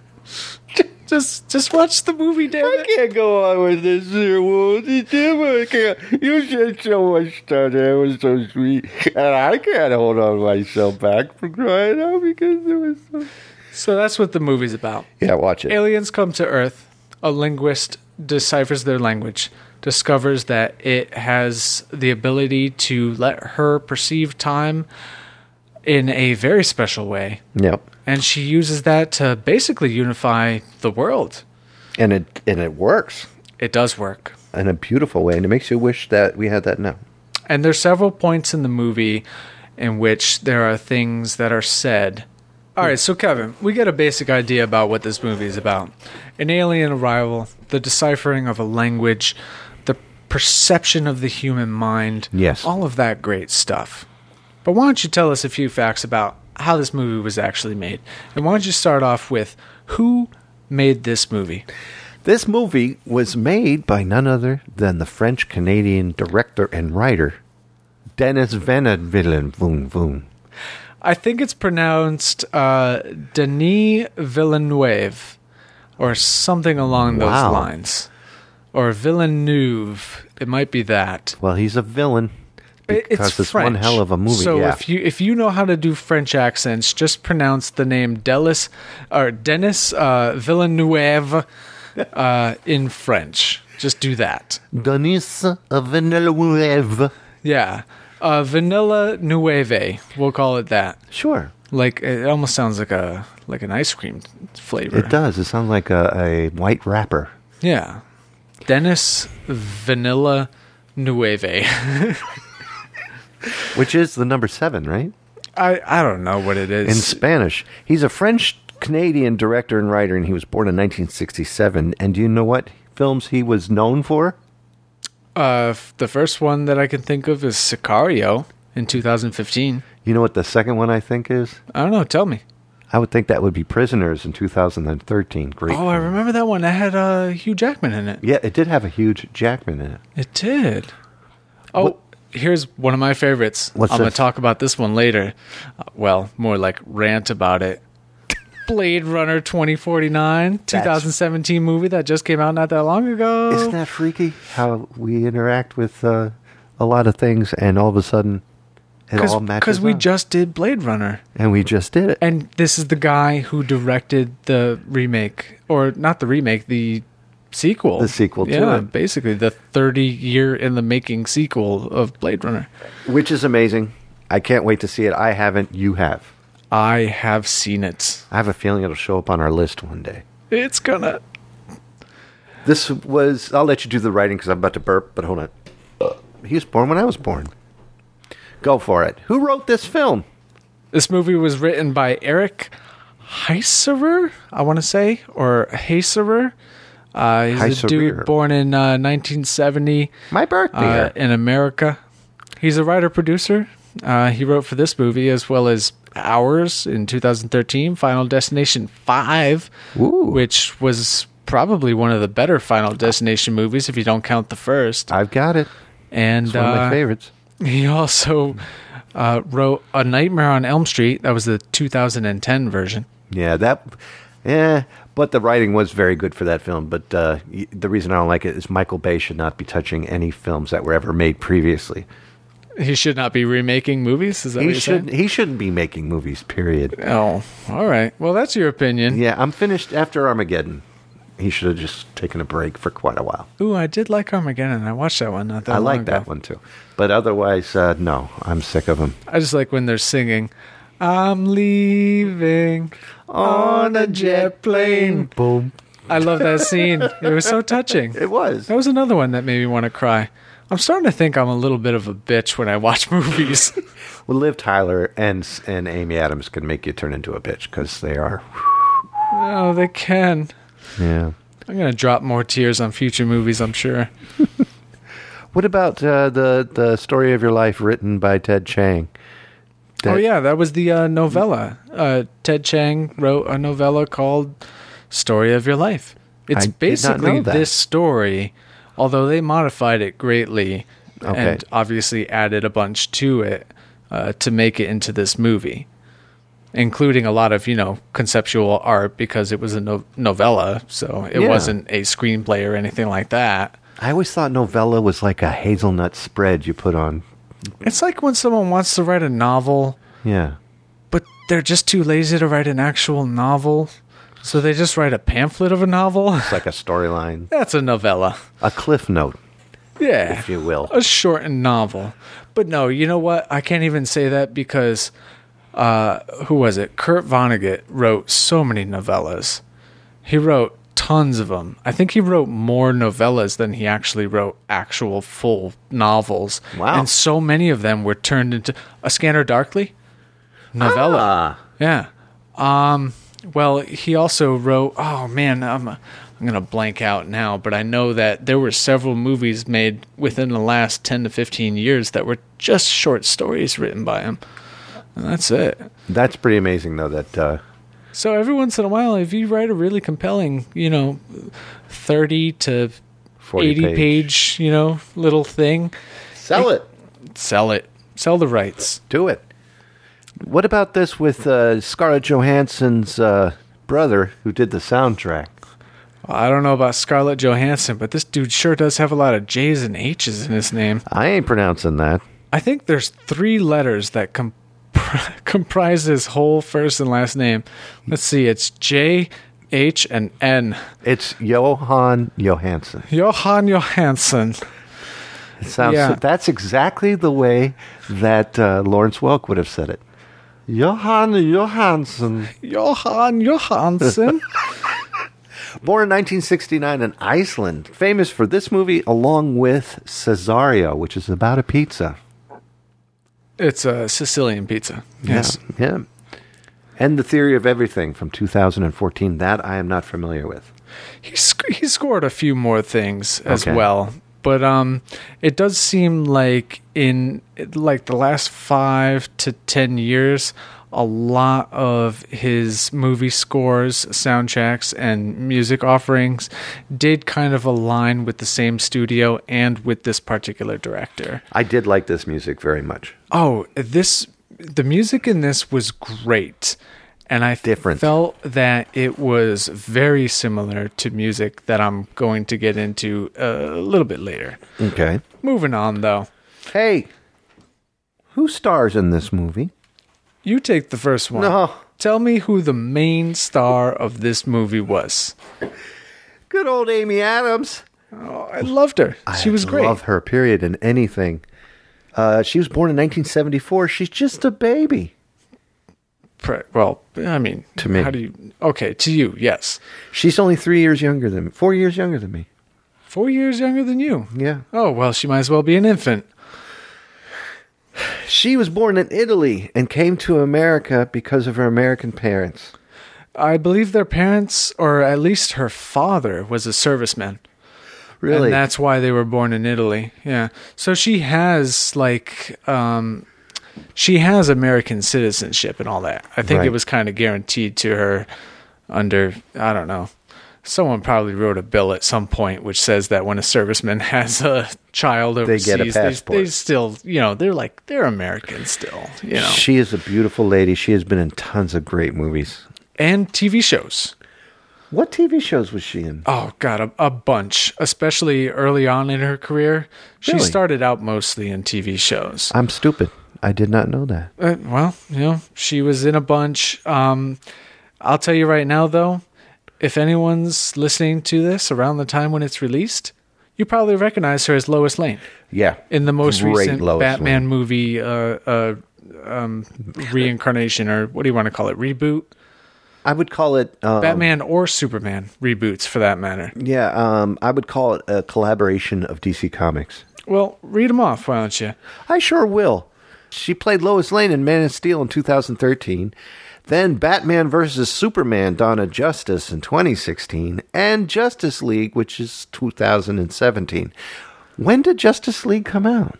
Just just watch the movie, damn
I
it.
can't go on with this here, Woody. Damn it, I can't. You said so much stuff. That was so sweet. And I can't hold on to myself back from crying out because it was so.
So that's what the movie's about.
Yeah, watch it.
Aliens come to Earth. A linguist deciphers their language, discovers that it has the ability to let her perceive time in a very special way.
Yep.
And she uses that to basically unify the world.
And it, and it works
It does work.
in a beautiful way. And it makes you wish that we had that now.
And there's several points in the movie in which there are things that are said. All right, so Kevin, we get a basic idea about what this movie is about. An alien arrival, the deciphering of a language, the perception of the human mind.
Yes.
All of that great stuff. But why don't you tell us a few facts about how this movie was actually made? And why don't you start off with who made this movie?
This movie was made by none other than the French Canadian director and writer, Denis Villeneuve. Voom, voom.
I think it's pronounced uh, Denis Villeneuve or something along those
Wow.
lines. Or Villeneuve. It might be that.
Well, he's a villain
It-
because it's, one hell of a movie.
So
yeah.
if you if you know how to do French accents, just pronounce the name Delis or Denis uh, Villeneuve uh, in French. Just do that.
Denis Villeneuve.
Yeah. Uh, vanilla Nueve. We'll call it that.
Sure,
Like it almost sounds like a like an ice cream flavor.
it does. It sounds like a, a white rapper.
Yeah. Dennis Vanilla Nueve. (laughs)
Which is the number seven, right?
I, I don't know what it
In
is.
Spanish. He's a French Canadian director and writer, and he was born in 1967. And do you know what films he was known for?
Uh, f- the first one that I can think of is Sicario in 2015.
You know what the second one I think is?
I don't know. Tell me.
I would think that would be Prisoners in 2013. Great.
Oh, I
film.
remember that one. That had uh, Hugh Jackman in it.
Yeah, it did have a huge Jackman in it.
It did. Oh,
What-
here's one of my favorites.
What's
I'm going
this?
to talk about this one later. Uh, well, more like rant about it. Blade Runner 2049, 2017 movie that just came out not that long ago.
Isn't that freaky how we interact with uh, a lot of things and all of a sudden it all matches?
Because we
up?
just did Blade Runner.
and we just did it.
And this is the guy who directed the remake, or not the remake, the sequel.
The sequel to
yeah,
it.
basically the 30 year in the making sequel of Blade Runner.
Which is amazing. I can't wait to see it. I haven't. You have.
I have seen it.
I have a feeling it'll show up on our list one day.
It's gonna.
This was. I'll let you do the writing because I'm about to burp, but hold on. He was born when I was born. Go for it. Who wrote this film?
This movie was written by Eric Heiserer, I want to say, or Heiserer. Uh, he's a
Heiserer.
dude born in uh, 1970
My birthday.
uh, in America. He's a writer producer. Uh, he wrote for this movie as well as Hours in 2013, Final Destination 5,
Ooh.
which was probably one of the better Final Destination movies if you don't count the first.
I've got it.
And
It's one of my
uh,
favorites.
he also uh, wrote A Nightmare on Elm Street. That was the 2010 version.
Yeah, that. Yeah, but the writing was very good for that film. But uh, y- the reason I don't like it is Michael Bay should not be touching any films that were ever made previously.
He should not be remaking movies. Is that what
He
you're
should.
saying?
He shouldn't be making movies. Period.
Oh, all right. Well, that's your opinion.
Yeah, I'm finished after Armageddon. He should have just taken a break for quite a while.
Ooh, I did like Armageddon. I watched that one. Not that
I
long
like
ago.
that one too. But otherwise, uh, no, I'm sick of him.
I just like when they're singing. I'm leaving on a jet plane.
Boom.
I love that scene. It was so touching.
It was.
That was another one that made me want to cry. I'm starting to think I'm a little bit of a bitch when I watch (laughs) movies.
Well, Liv Tyler and and Amy Adams can make you turn into a bitch because they are.
oh, they can.
Yeah.
I'm gonna drop more tears on future movies. I'm sure.
What about uh, the the story of your life written by Ted Chang?
oh
That-
yeah, that was the uh, novella. Uh, Ted Chang wrote a novella called "Story of Your Life." It's
I did not
basically
know that.
this story, although they modified it greatly
Okay.
and obviously added a bunch to it uh, to make it into this movie, including a lot of you know conceptual art because it was a no- novella, so it
Yeah.
wasn't a screenplay or anything like that.
I always thought novella was like a hazelnut spread you put on.
It's like when someone wants to write a novel
Yeah.
but they're just too lazy to write an actual novel. So they just write a pamphlet of a novel. (laughs)
It's like a storyline,
That's a novella.
a cliff note,
Yeah.
if you will.
A shortened novel. But no, you know what? I can't even say that because uh, who was it? Kurt Vonnegut wrote so many novellas. He wrote tons of them. I think he wrote more novellas than he actually wrote actual full novels.
Wow.
And so many of them were turned into A Scanner Darkly? Novella. Yeah. Um, well, he also wrote. Oh man, I'm I'm gonna blank out now, but I know that there were several movies made within the last ten to fifteen years that were just short stories written by him. And that's it.
That's pretty amazing, though. That uh,
So every once in a while, if you write a really compelling, you know, thirty to
40
eighty page. you know, little thing,
Sell it.
sell it. Sell the rights.
Do it. What about this with uh, Scarlett Johansson's uh, brother who did the soundtrack?
I don't know about Scarlett Johansson, but this dude sure does have a lot of J's and H's in his name.
I ain't pronouncing that.
I think there's three letters that com- (laughs) comprise his whole first and last name. Let's see, it's J, H, and N.
It's Johan Johansson.
Johan Johansson.
It sounds
Yeah.
that's exactly the way that uh, Lawrence Welk would have said it. Johan Johansson,
Johan Johansson.
born in 1969 in Iceland, famous for this movie along with Cesario, which is about a pizza.
it's a Sicilian pizza. Yes.
Yeah. yeah. and The Theory of Everything from 2014. That I am not familiar with.
He sc- he scored a few more things as
Okay.
well, but um, it does seem like in like the last five to ten years, a lot of his movie scores, soundtracks, and music offerings did kind of align with the same studio and with this particular director.
I did like this music very much.
Oh, this the music in this was great. And I
Different.
felt that it was very similar to music that I'm going to get into uh, a little bit later.
Okay.
Moving on though.
Hey, who stars in this movie?
You take the first one.
No.
Tell me who the main star of this movie was.
Good old Amy Adams.
Oh, I loved her. she was great.
I love her, period, in anything. Uh, she was born in 1974. She's just a baby.
Pre- well, I mean,
To me.
How do you Okay, to you. Yes.
She's only three years younger than me. Four years younger than me.
4 years younger than you.
Yeah.
Oh, well, she might as well be an infant.
She was born in Italy and came to America because of her American parents.
I believe their parents, or at least her father, was a serviceman.
Really?
And that's why they were born in Italy. Yeah. So she has, like, um, she has American citizenship and all that. I think it
Right.
was kind of guaranteed to her under, I don't know. Someone probably wrote a bill at some point which says that when a serviceman (laughs) has a child overseas,
get a
They,
passport.
still, you know, they're like, they're American still, you know,
She is a beautiful lady. She has been in tons of great movies.
and TV shows.
What TV shows was she in?
Oh god, a, a bunch, especially early on in her career. She
Really?
started out mostly in TV shows.
I'm stupid. I did not know that.
Uh, well, you know, she was in a bunch. Um, I'll tell you right now, though, if anyone's listening to this around the time when it's released, you probably recognize her as Lois Lane
Yeah.
in the most
Great
recent
Lois
Batman
Lane.
movie, uh, uh, um, reincarnation or what do you want to call it,
Um,
reboot?
I would call it um,
Batman or Superman reboots, for that matter.
Yeah, um, I would call it a collaboration of DC Comics.
Well, read them off, why don't you?
I sure will. She played Lois Lane in Man of Steel in 2013, then Batman vs. Superman Dawn of Justice in 2016, and Justice League, which is 2017. When did Justice League come out?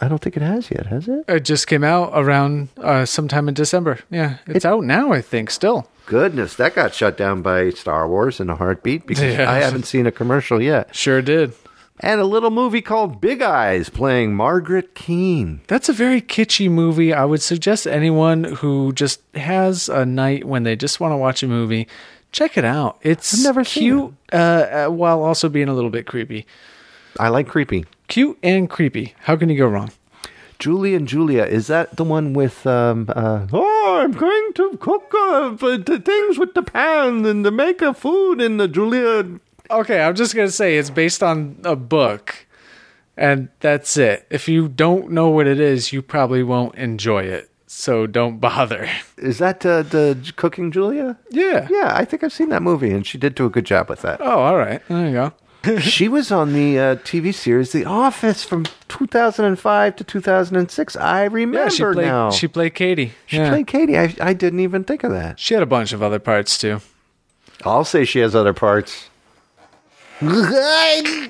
I don't think it has yet, has it?
It uh, just came out around uh, sometime in December. Yeah, it's out now, I think. Still,
Goodness, that got shut down by Star Wars in a heartbeat because
Yeah.
I haven't seen a commercial yet.
sure did.
And a little movie called Big Eyes playing Margaret Keane.
That's a very kitschy movie. I would suggest anyone who just has a night when they just want to watch a movie, check it out. It's
I've never seen
cute, uh, uh, while also being a little bit creepy.
I like creepy.
Cute and creepy. How can you go wrong?
Julie and Julia, is that the one with, um, uh, oh, I'm going to cook uh, the- the things with the pan and the make of food and the Julia.
Okay, I'm just gonna say it's based on a book, and that's it. If you don't know what it is, you probably won't enjoy it. So don't (laughs) bother.
Is that uh, the J- Cooking Julia?
Yeah.
Yeah, I think I've seen that movie and she did do a good job
(laughs)
with that.
Oh, all right. There you go.
she was on the uh, TV series The Office from 2005 to 2006. I remember
Yeah, she played.
now.
She played Katie.
She
yeah.
played Katie. I, I didn't even think of that.
She had a bunch of other parts too. (laughs)
I'll say she has other (laughs) parts.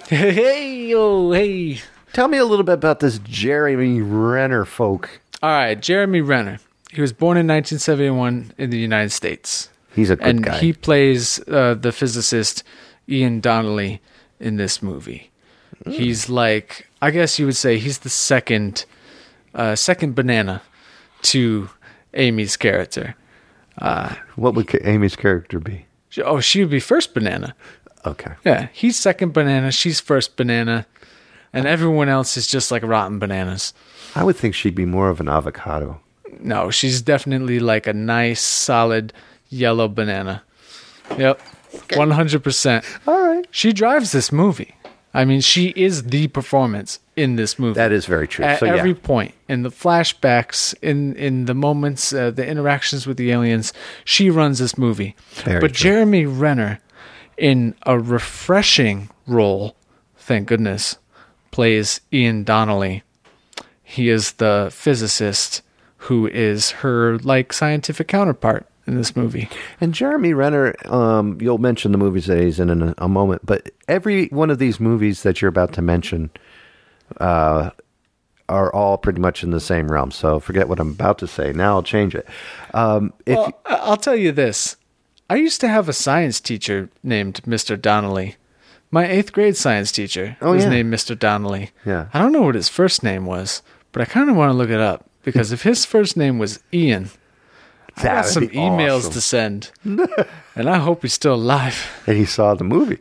hey, oh, hey.
Tell me a little bit about this Jeremy Renner folk.
All right, Jeremy Renner. He was born in 1971 in the United States,
He's a good
and
guy.
he plays uh, the physicist Ian Donnelly in this movie.
Mm.
He's like, I guess you would say, he's the second, uh, second banana to Amy's character.
What would ca- Amy's character be?
She- Oh, she would be first banana.
Okay.
Yeah, he's second banana, she's first banana, and everyone else is just like rotten bananas.
I would think she'd be more of an avocado.
No, she's definitely like a nice, solid yellow banana. Yep, one hundred percent.
All right.
She drives this movie. I mean, she is the performance in this movie.
That is very true.
At
So, yeah.
every point in the flashbacks, in in the moments, uh, the interactions with the aliens, she runs this movie.
Very
but
true.
Jeremy Renner, in a refreshing role, thank goodness, plays Ian Donnelly. He is the physicist who is her like scientific counterpart in this movie.
And Jeremy Renner, um, you'll mention the movies that he's in in a, a moment, but every one of these movies that you're about to mention uh, are all pretty much in the same realm. So forget what I'm about to say. Now I'll change it. Um, if
Well, I- I'll tell you this. I used to have a science teacher named Mr. Donnelly. My eighth grade science teacher
Oh,
was
yeah.
named Mr. Donnelly.
Yeah.
I don't know what his first name was, but I kind of want to look it up because if his first name was
(laughs)
Ian, I
That
got
would
some
be
emails
awesome.
to
(laughs)
send. and I hope he's still alive. (laughs)
he saw the movie,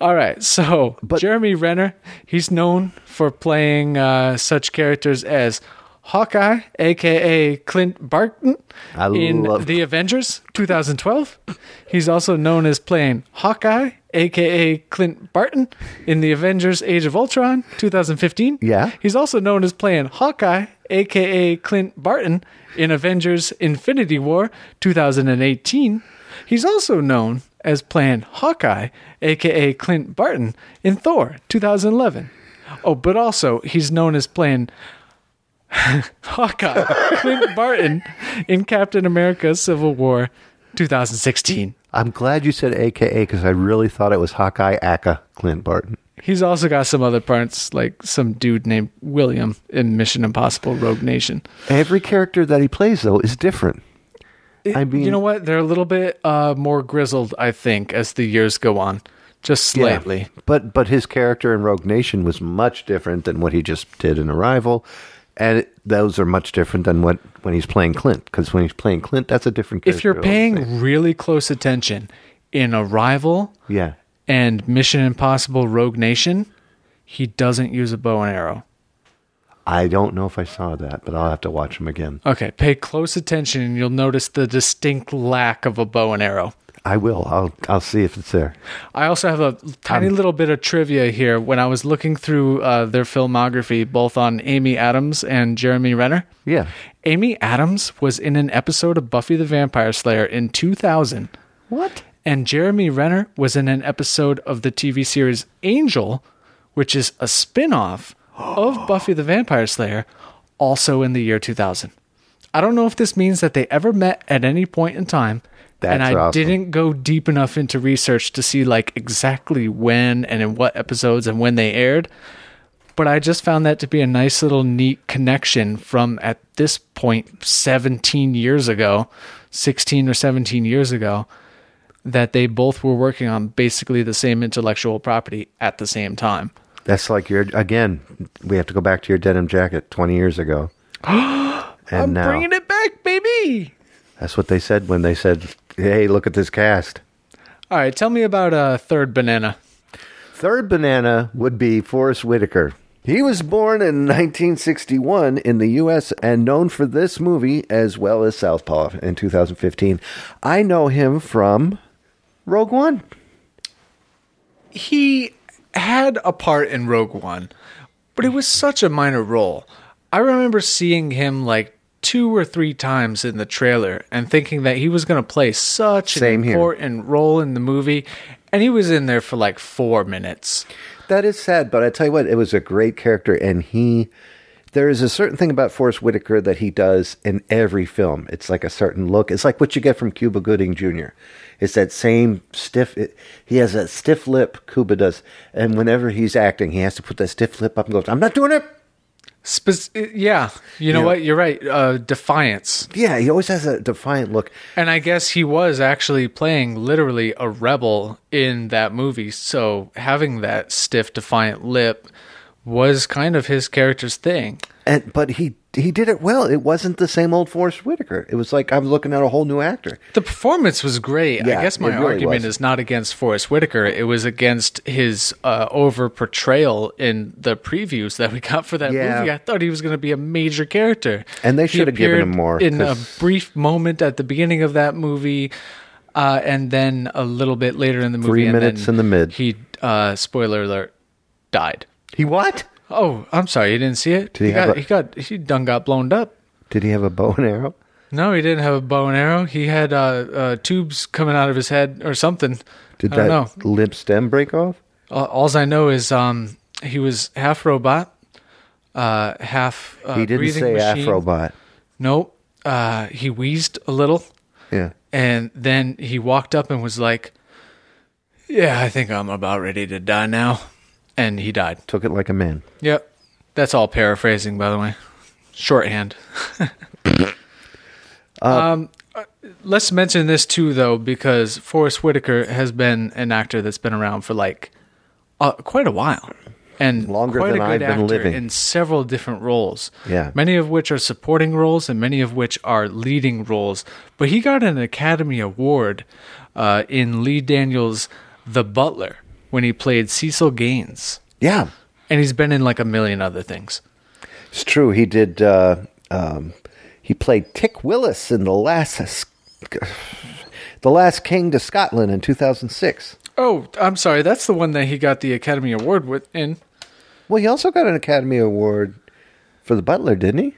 All right, so
But-
Jeremy Renner, he's known for playing uh, such characters as Hawkeye, aka Clint Barton,
I
in
love-
The Avengers 2012. he's also known as playing Hawkeye, aka Clint Barton, in The Avengers Age of Ultron 2015.
Yeah.
He's also known as playing Hawkeye, aka Clint Barton, in Avengers Infinity War 2018. He's also known as playing Hawkeye, aka Clint Barton, in Thor 2011. Oh, but also he's known as playing Hawkeye, Clint Barton, in Captain America Civil War 2016.
I'm glad you said AKA because I really thought it was Hawkeye Aka Clint Barton.
He's also got some other parts, like some dude named William in Mission Impossible Rogue Nation.
Every character that he plays though is different. I mean,
you know what? They're a little bit uh, more grizzled, I think, as the years go on, just
Yeah.
slightly.
But but his character in Rogue Nation was much different than what he just did in Arrival, and it, those are much different than what when he's playing Clint because when he's playing Clint, that's a different. character.
If you're
altogether.
paying really close attention in Arrival
yeah,
and Mission Impossible Rogue Nation, he doesn't use a bow and arrow.
I don't know if I saw that, but I'll have to watch him again.
Okay, pay close attention and you'll notice the distinct lack of a bow and arrow.
I will. I'll I'll see if it's there.
I also have a tiny little bit of trivia here. When I was looking through uh, their filmography, both on Amy Adams and Jeremy Renner,
Yeah.
Amy Adams was in an episode of Buffy the Vampire Slayer in 2000,
What?
and Jeremy Renner was in an episode of the TV series Angel, which is a spin off
(gasps)
of Buffy the Vampire Slayer, also in the year 2000. I don't know if this means that they ever met at any point in time. and I
That's awesome.
didn't go deep enough into research to see like exactly when and in what episodes and when they aired but I just found that to be a nice little neat connection from at this point 17 years ago, 16 or 17 years ago, that they both were working on basically the same intellectual property at the same time.
That's like your again. We have to go back to your denim jacket twenty
(gasps)
years ago. And now
Bringing it back, baby!
that's what they said when they said, "Hey, look at this cast."
All right, tell me about uh, Third Banana.
Third banana would be Forrest Whitaker. He was born in 1961 in the U.S. and known for this movie as well as Southpaw in 2015. I know him from Rogue One.
he had a part in Rogue One, but it was such a minor role. I remember seeing him like two or three times in the trailer and thinking that he was going to play such
Same
an
here.
important role in the movie, and he was in there for like four minutes.
That is sad, but I tell you what, it was a great character, and he. There is a certain thing about Forrest Whitaker that he does in every film. It's like a certain look. It's like what you get from Cuba Gooding Jr. It's that same stiff. It, he has that stiff lip. Cuba does, and whenever he's acting, he has to put that stiff lip up and goes, "I'm not doing it."
Spec- yeah, you know
Yeah.
what? You're right. Uh, Defiance.
Yeah, he always has a defiant look.
And I guess he was actually playing literally a rebel in that movie. So having that stiff, defiant lip was kind of his character's thing.
And but he he did it well. It wasn't the same old Forrest Whitaker. It was like I was looking at a whole new actor.
The performance was great.
Yeah,
I guess my
it really
argument
was.
is not against Forrest Whitaker. It was against his uh, over portrayal in the previews that we got for that
Yeah.
movie. I thought he was going to be a major character,
And they
He
should have given
appeared
him more,
In a
'cause-
brief moment at the beginning of that movie, uh, and then a little bit later in the movie,
Three
and
minutes
then
in the mid.
He uh, spoiler alert died.
He what?
Oh, I'm sorry, you didn't see it.
Did he have
got
a-
he got he done got blown up.
Did he have a bow and arrow?
No, he didn't have a bow and arrow. He had uh, uh, tubes coming out of his head or something.
Did
I don't
that
know.
lip stem break off?
Uh, All I know is um, he was half robot, uh, half uh,
he didn't
breathing
say
machine.
Afrobot.
Nope. Uh, he wheezed a little,
Yeah.
And then he walked up and was like, Yeah, I think I'm about ready to die now. And he died.
Took it like a man.
Yep. That's all paraphrasing, by the way.
(coughs)
Shorthand. um, uh, let's mention this too, though, because Forrest Whitaker has been an actor that's been around for like uh, quite a while, and
Longer
quite
than
a good
I've been
actor
living.
in several different roles.
Yeah.
many of which are supporting roles, and many of which are leading roles. But he got an Academy Award uh, in Lee Daniels' The Butler when he played Cecil Gaines
Yeah,
and he's been in like a million other things.
it's true. He did. Uh, um, he played Tick Willis in the last, the last King to Scotland in 2006.
Oh, I'm sorry. That's the one that he got the Academy Award with in.
Well, he also got an Academy Award for The Butler, didn't he?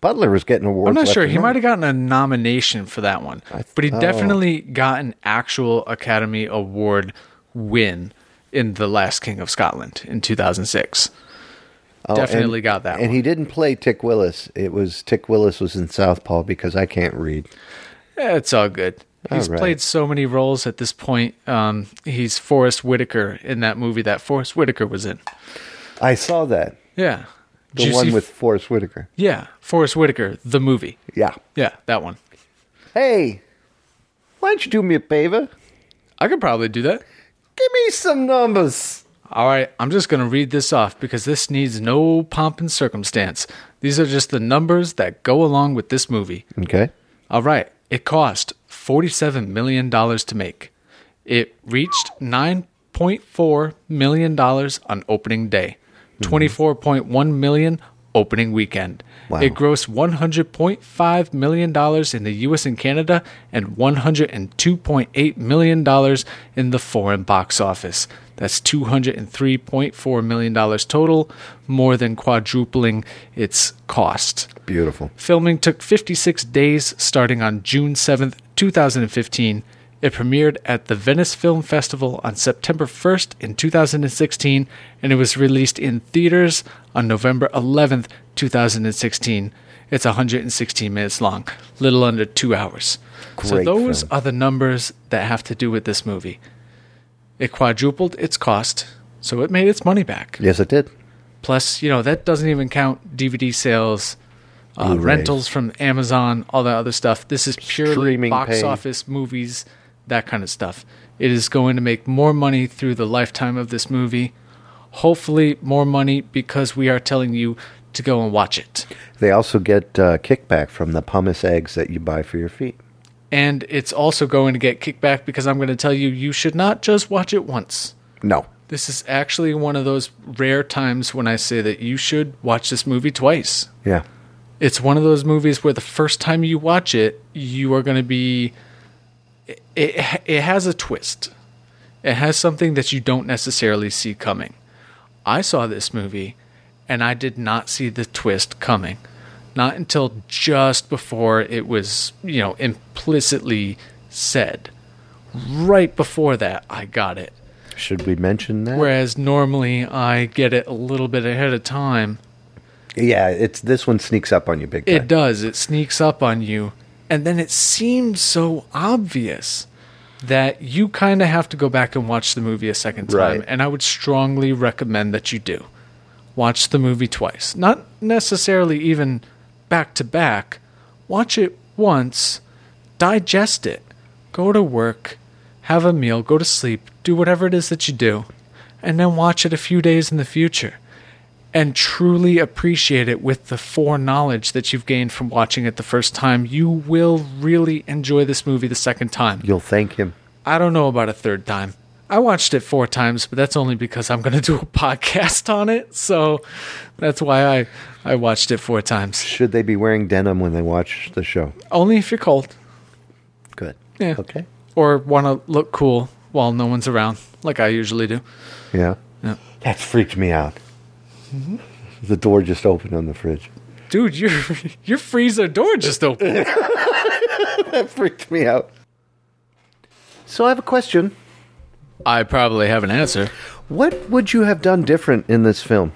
Butler was getting awards.
I'm not
left
sure.
and
He
right.
might have gotten a nomination for that one, but he
oh.
definitely got an actual Academy Award win in The Last King of Scotland in 2006.
Oh, and-
definitely got that
And
one.
he didn't play Tick Willis. It was Tick Willis was in Southpaw because I can't read.
Yeah, it's all good. He's
All right.
played so many roles at this point. Um, he's Forrest Whitaker in that movie that Forrest Whitaker was in.
I saw that
Yeah.
the
Did you
one
see-
with Forrest Whitaker.
yeah Forrest Whitaker the movie.
Yeah.
Yeah, that one.
Hey, why don't you do me a favor?
I could probably do that.
Give me some numbers.
All right, I'm just going to read this off because this needs no pomp and circumstance. These are just the numbers that go along with this movie.
Okay.
All right, it cost $47 million to make. It reached $9.4 million on opening day, $24.1 million opening weekend.
Wow.
It grossed $100.5 million in the US and Canada and $102.8 million in the foreign box office. That's $203.4 million total, more than quadrupling its cost.
Beautiful.
Filming took 56 days starting on June 7th, 2015. It premiered at the Venice Film Festival on September 1st in 2016 and it was released in theaters on November 11th, 2016. It's 116 minutes long, little under 2 hours. so
Great
those
film.
are the numbers that have to do with this movie. It quadrupled its cost, so it made its money back.
Yes, it did.
Plus, you know, that doesn't even count DVD sales, uh,
Blu-rays.
rentals from Amazon, all that other stuff. This is purely
Streaming
box
pay.
office, movies, that kind of stuff. It is going to make more money through the lifetime of this movie. Hopefully, more money because we are telling you to go and watch it.
They also get uh, kickback from the pumice eggs that you buy for your feet.
And it's also going to get kickback because I'm going to tell you you should not just watch it once.
No.
This is actually one of those rare times when I say that you should watch this movie twice.
Yeah.
it's one of those movies where the first time you watch it, you are going to be. It, it has a twist. It has something that you don't necessarily see coming. I saw this movie and I did not see the twist coming. Not until just before it was, you know, implicitly said. Right before that, I got it.
Should we mention that?
Whereas normally I get it a little bit ahead of time.
yeah, it's this one sneaks up on you big time.
It does. It sneaks up on you. And then it seems so obvious that you kind of have to go back and watch the movie a second time.
Right.
And I would strongly recommend that you do. Watch the movie twice. Not necessarily even back to back. Watch it once, digest it, go to work, have a meal, go to sleep, do whatever it is that you do, and then watch it a few days in the future and truly appreciate it with the foreknowledge that you've gained from watching it the first time, you will really enjoy this movie the second time.
You'll thank him.
I don't know about a third time. I watched it four times, but that's only because I'm going to (laughs) do a podcast on it. So that's why I, I watched it four times.
Should they be wearing denim when they watch the show?
Only if you're cold
Good.
Yeah.
Okay.
or want to look cool while no one's around, like I usually do.
Yeah.
Yeah. Mm-hmm.
That freaked me out. The door just opened on the fridge.
Dude, your, (laughs) your freezer door just opened.
That freaked me out. So I have a question.
I probably have an answer.
What would you have done different in this film?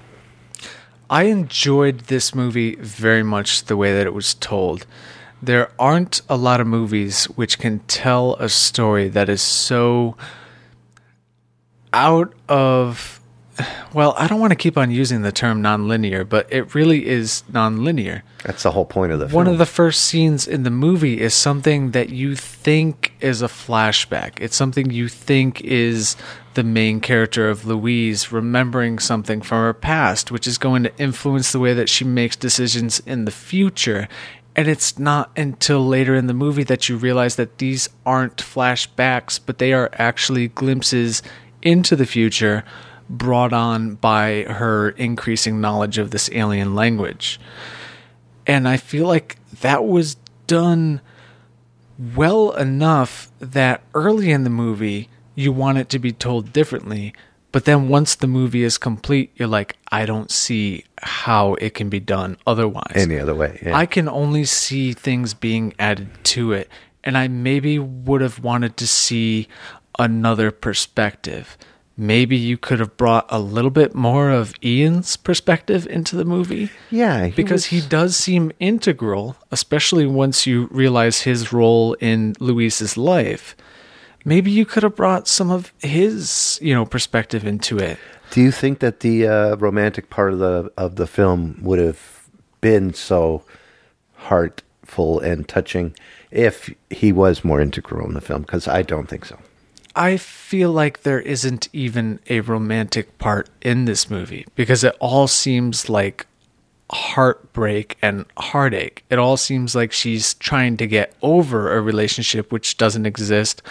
I enjoyed this movie very much the way that it was told. there aren't a lot of movies which can tell a story that is so out of well, I don't want to keep on using the term nonlinear, but it really is nonlinear.
That's the whole point of the
One
film.
of the first scenes in the movie is something that you think is a flashback. It's something you think is the main character of Louise remembering something from her past, which is going to influence the way that she makes decisions in the future. And it's not until later in the movie that you realize that these aren't flashbacks, but they are actually glimpses into the future brought on by her increasing knowledge of this alien language and I feel like that was done well enough that early in the movie you want it to be told differently, but then once the movie is complete, you're like, I don't see how it can be done otherwise.
Any other way. Yeah.
I can only see things being added to it, and I maybe would have wanted to see another perspective. Maybe you could have brought a little bit more of Ian's perspective into the movie
yeah.
because he does seem integral, especially once you realize his role in Luis's life. Maybe you could have brought some of his, you know, perspective into it.
Do you think that the uh, romantic part of the of the film would have been so heartful and touching if he was more integral in the film? Because I don't think so.
I feel like there isn't even a romantic part in this movie because it all seems like heartbreak and heartache. It all seems like she's trying to get over a relationship which doesn't exist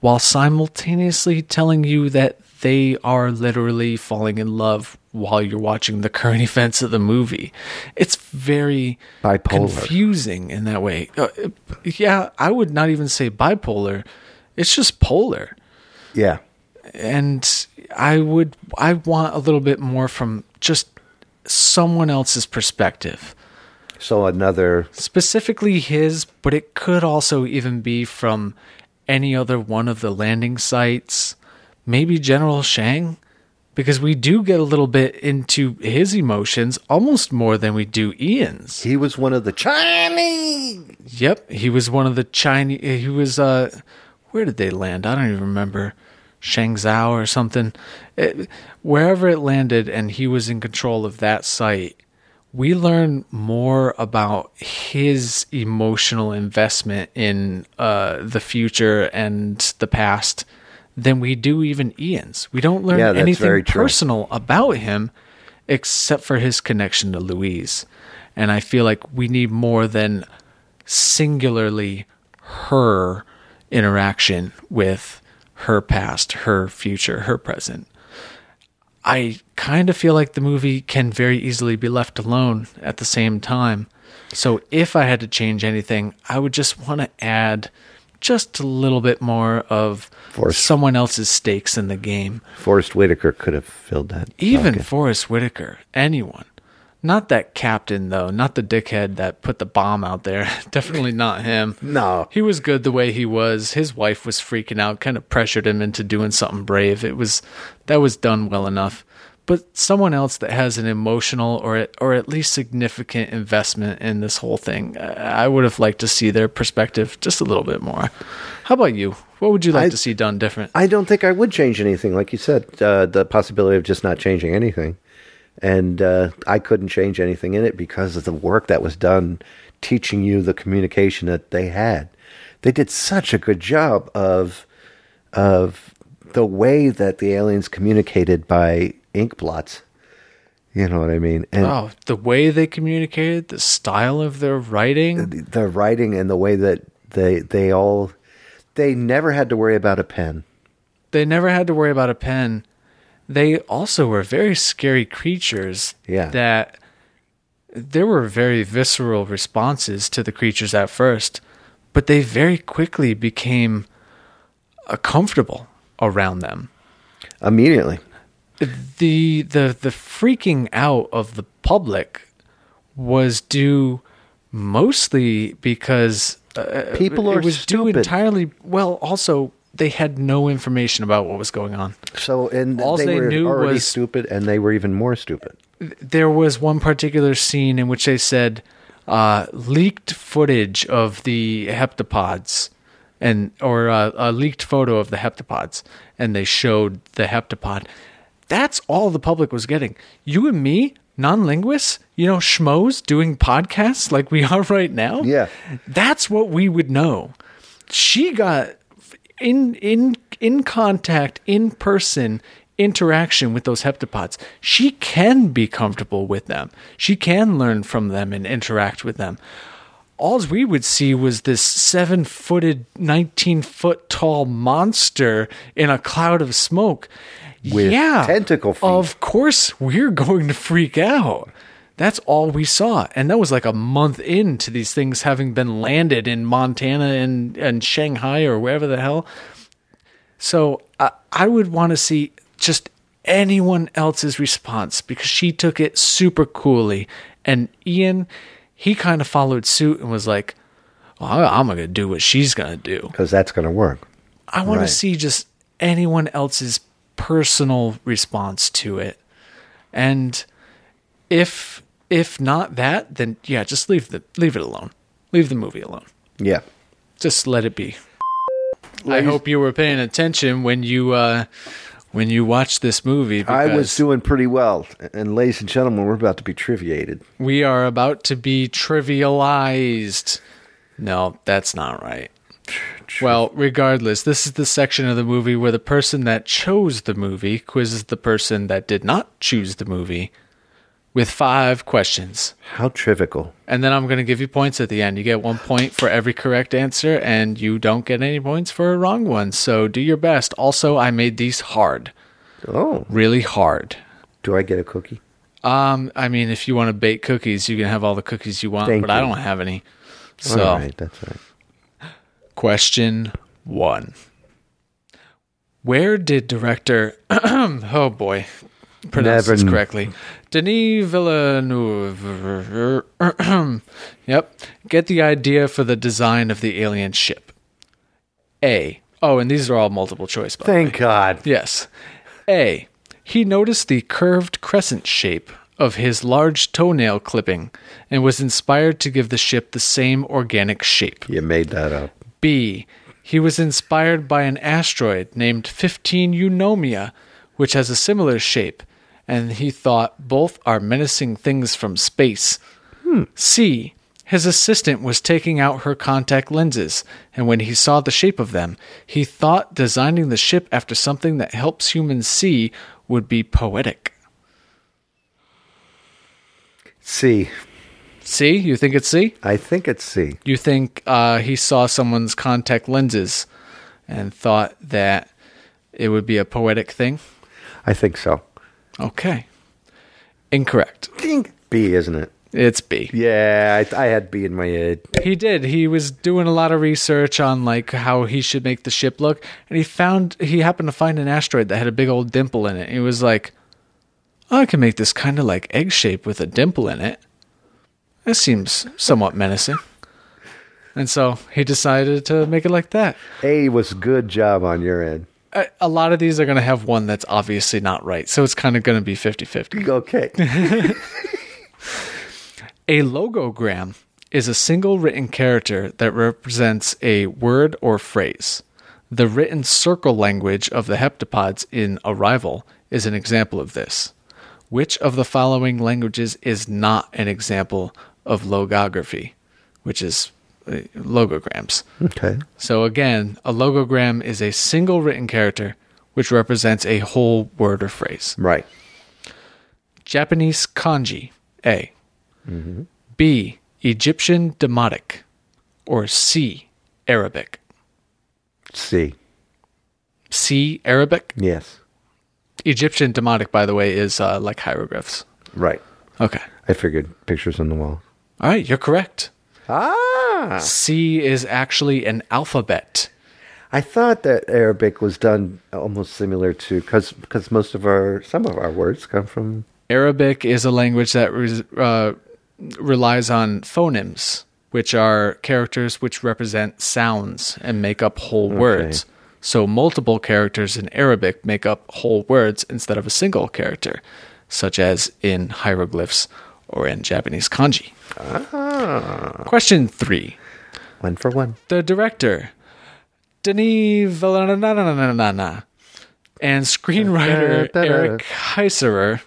while simultaneously telling you that they are literally falling in love while you're watching the current (laughs) events of the movie. It's very
Bipolar.
confusing in that way. Uh, it- yeah, I would not even say bipolar. It's just polar
Yeah.
and I would I want a little bit more from just someone else's perspective.
So another
Specifically his, but it could also even be from any other one of the landing sites, maybe General Shang, because we do get a little bit into his emotions almost more than we do Ian's.
he was one of the Chinese.
Yep, he was one of the Chinese. He was uh, where did they land? I don't even remember, Shangzhou or something. It, wherever it landed, and he was in control of that site. We learn more about his emotional investment in uh, the future and the past than we do even Ian's. We don't learn
Yeah, that's
anything
very true.
personal about him except for his connection to Louise. And I feel like we need more than singularly her interaction with her past, her future, her present. I kind of feel like the movie can very easily be left alone at the same time. So if I had to change anything, I would just want to add just a little bit more of
Force.
someone else's stakes in the game.
Forrest Whitaker could have filled that.
Even
bucket.
Forrest Whitaker, anyone. Not that captain though, not the dickhead that put the bomb out there. (laughs) Definitely not him.
No.
He was good the way he was. His wife was freaking out, kind of pressured him into doing something brave. It was that was done well enough. But someone else that has an emotional or or at least significant investment in this whole thing, I I would have liked to see their perspective just a little bit more. How about you? What would you like
I-
to see done different?
I don't think I would change anything. Like you said, uh, the possibility of just not changing anything. And uh, I couldn't change anything in it because of the work that was done teaching you the communication that they had. They did such a good job of of the way that the aliens communicated by ink blots. You know what I mean? And
Oh, the way they communicated, the style of their writing.
the writing and the way that they they all they never had to worry about a pen.
They never had to worry about a pen. They also were very scary creatures.
Yeah.
That there were very visceral responses to the creatures at first, but they very quickly became uh, comfortable around them.
Immediately.
the the the freaking out of the public was due mostly because uh,
People are
it was
stupid.
due entirely well also they had no information about what was going on
So and
All
they,
they
were
knew
already
was-
stupid, and they were even more stupid.
there was one particular scene in which they said uh, leaked footage of the heptapods, and or uh, a leaked photo of the heptapods, and they showed the heptapod. That's all the public was getting. You and me, non-linguists, you know, schmoes doing podcasts like we are (laughs) right now.
Yeah.
that's what we would know. She got in in in contact in person interaction with those heptapods she can be comfortable with them she can learn from them and interact with them all we would see was this seven footed 19 foot tall monster in a cloud of smoke
With tentacle feet.
of course we're (laughs) going to freak out that's all we saw and that was like a month into these things having been landed in montana and, and shanghai or wherever the hell so I I would want to see just anyone else's response because she took it super coolly. And Ian, he kind of followed suit and was like, well, I- I'm going to do what she's going to do.
because that's going to work.
I want
Right.
to see just anyone else's personal response to it. And if if not that, then yeah, just leave the leave it alone. Leave the movie alone.
Yeah.
Just let it be. I hope you were paying attention when you uh, when you watched this movie.
I was
because
doing pretty well. And ladies and gentlemen, we're about to be triviated.
We are about to be trivialized. No, that's not right. Well, regardless, this is the section of the movie where the person that chose the movie quizzes the person that did not choose the movie with five questions.
How trivial.
And then I'm going to give you points at the end. You get one point for every correct answer, and you don't get any points for a wrong one. So do your best. Also, I made these hard,
Oh,
really hard.
do I get a cookie?
Um, I mean, if you want to bake cookies, you can have all the cookies you want,
Thank
but I
you.
don't have any. So,
all right, that's all right.
question one Where did director, (clears throat) oh boy, pronounce
Never
this
kn-
correctly? Denis Villeneuve, (clears throat) yep, get the idea for the design of the alien ship? A. Oh, and these are all multiple choice, by the
Thank God.
Yes. A. He noticed the curved crescent shape of his large toenail clipping and was inspired to give the ship the same organic shape.
You made that up.
B. He was inspired by an asteroid named 15 Eunomia, which has a similar shape, and he thought both are menacing things from space. C. His assistant was taking out her contact lenses, and when he saw the shape of them, he thought designing the ship after something that helps humans see would be poetic.
C.
C? You think it's C?
I think it's C.
You think uh, he saw someone's contact lenses and thought that it would be a poetic thing?
I think so.
Okay. Incorrect.
Think B, isn't it?
It's B.
Yeah, I, I had B in my head.
He did. He was doing a lot of research on like how he should make the ship look, and he found he happened to find an asteroid that had a big old dimple in it. He was like, oh, "I can make this kind of like egg shape with a dimple in it. That seems somewhat menacing." And so he decided to make it like that.
A was good job on your end.
a- a lot of these are going to have one that's obviously not right. So it's kind of going to be 50 50.
Okay.
A logogram is a single written character that represents a word or phrase. The written circle language of the heptapods in Arrival is an example of this. Which of the following languages is not an example of logography, which is uh, logograms?
(laughs) okay.
So again, a logogram is a single written character which represents a whole word or phrase.
Right.
Japanese kanji, A. B. Egyptian demotic. Or C. Arabic.
C.
C. Arabic.
Yes.
Egyptian demotic, by the way, is uh, like hieroglyphs.
Right.
Okay.
I figured pictures on the wall.
All right, you're correct.
Ah!
C is actually an alphabet.
I thought that Arabic was done almost similar to because because most of our some of our words come from
Arabic is a language that res, uh, relies on phonemes, which are characters which represent sounds and make up whole words. So multiple characters in Arabic make up whole words instead of a single character, such as in hieroglyphs or in Japanese kanji. Question three.
One for one.
the director, Denis Villeneuve, and screenwriter Eric Heiserer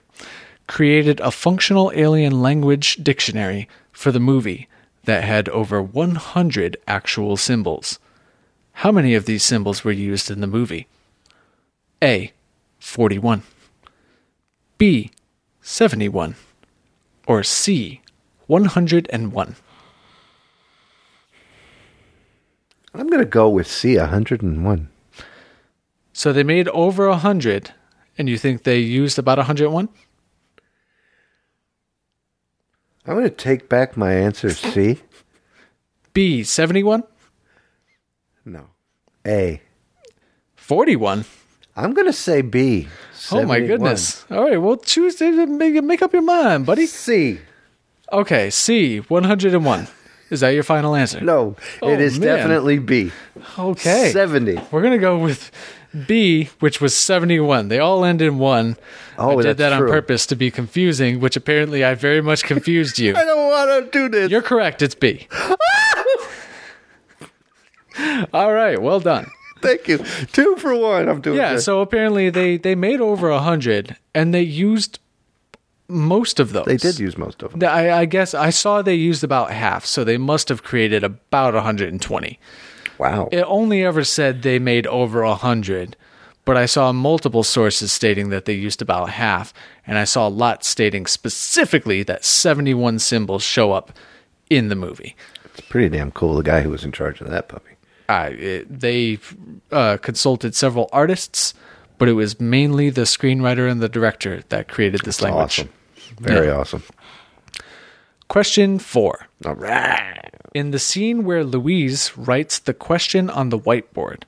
created a functional alien language dictionary for the movie that had over 100 actual symbols. How many of these symbols were used in the movie? A. 41. B. 71. Or C. 101.
I'm going to go with C, 101.
So they made over 100, and you think they used about 101?
I'm going to take back my answer
(laughs)
C.
B, 71?
No. A.
41?
I'm going to say B.
Oh my
71.
goodness. All right, well, choose, make, make up your mind, buddy.
C.
Okay, C, 101. Is that your final answer?
No,
Oh,
it is
man.
definitely B.
Okay.
70.
We're going to go with B, which was 71. They all end in one.
Oh,
I did
that's
that on
true.
purpose to be confusing, which apparently I very much confused
(laughs)
you.
I don't want to do this.
You're correct. It's
(laughs)
B. all right, well done.
Thank you. Two for one. I'm doing
Yeah,
good.
so apparently they they made over a hundred, and they used most of those.
they did use most of them.
I, I guess I saw they used about half, so they must have created about 120.
Wow.
It only ever said they made over 100, but I saw multiple sources stating that they used about half, and I saw a lot stating specifically that 71 symbols show up in the movie.
It's pretty damn cool, the guy who was in charge of that puppy.
I, it, they uh, consulted several artists, but it was mainly the screenwriter and the director that created this language.
Awesome. Very
Yeah.
awesome.
Question four.
All right.
In the scene where Louise writes the question on the whiteboard,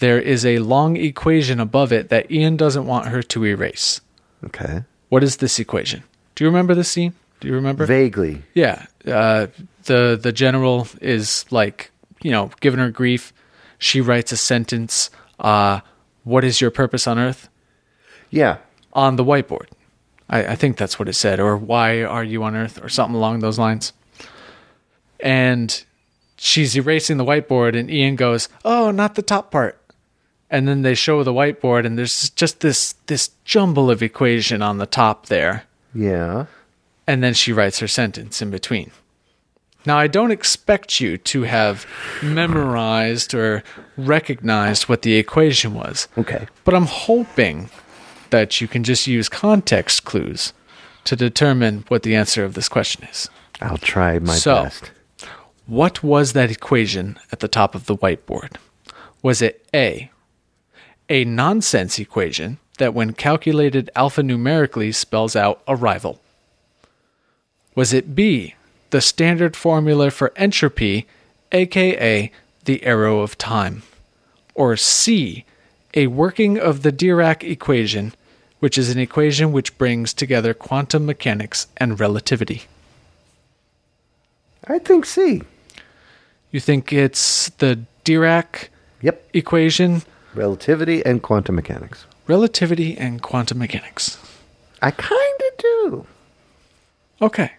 there is a long equation above it that Ian doesn't want her to erase.
Okay.
What is this equation? Do you remember this scene? Do you remember?
Vaguely.
Yeah, uh, the the general is like you know giving her grief. She writes a sentence. Uh, what is your purpose on Earth?
Yeah.
On the whiteboard, I, I think that's what it said, or why are you on Earth, or something along those lines. And she's erasing the whiteboard, and Ian goes, "Oh, not the top part." And then they show the whiteboard, and there's just this this jumble of equation on the top there
Yeah.
and then she writes her sentence in between. Now, I don't expect you to have memorized or recognized what the equation was,
Okay.
but I'm hoping that you can just use context clues to determine what the answer of this question is.
I'll try my
So-
best.
What was that equation at the top of the whiteboard? Was it A, a nonsense equation that, when calculated alphanumerically, spells out arrival? Was it B, the standard formula for entropy, aka the arrow of time? Or C, a working of the Dirac equation, which is an equation which brings together quantum mechanics and relativity?
I think C.
You think it's the Dirac
Yep.
equation,
Relativity and quantum mechanics.
relativity, and quantum mechanics.
I kind of do.
Okay.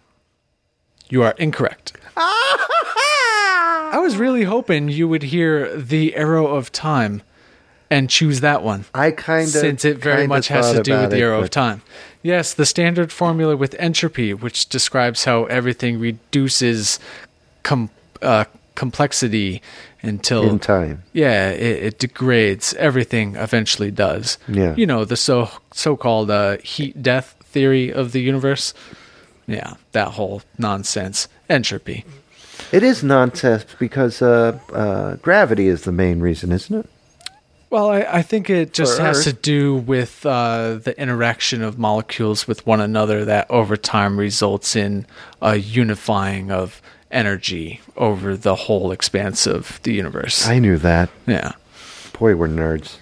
You are
(laughs)
incorrect. I was really hoping you would hear the arrow of time and choose that one.
I kind of
since it very much has to do with the arrow of time. Yes, the standard formula with entropy, which describes how everything reduces com- uh, complexity until
In time.
Yeah, it, it degrades. Everything eventually does.
Yeah.
you know the so so-called uh, heat death theory of the universe. Yeah, that whole nonsense entropy.
It is nonsense because uh, uh, gravity is the main reason, isn't it?
Well, I, I think it just
For
has
Earth.
to do with uh, the interaction of molecules with one another that over time results in a unifying of energy over the whole expanse of the universe.
I knew that.
yeah.
Boy, we're nerds.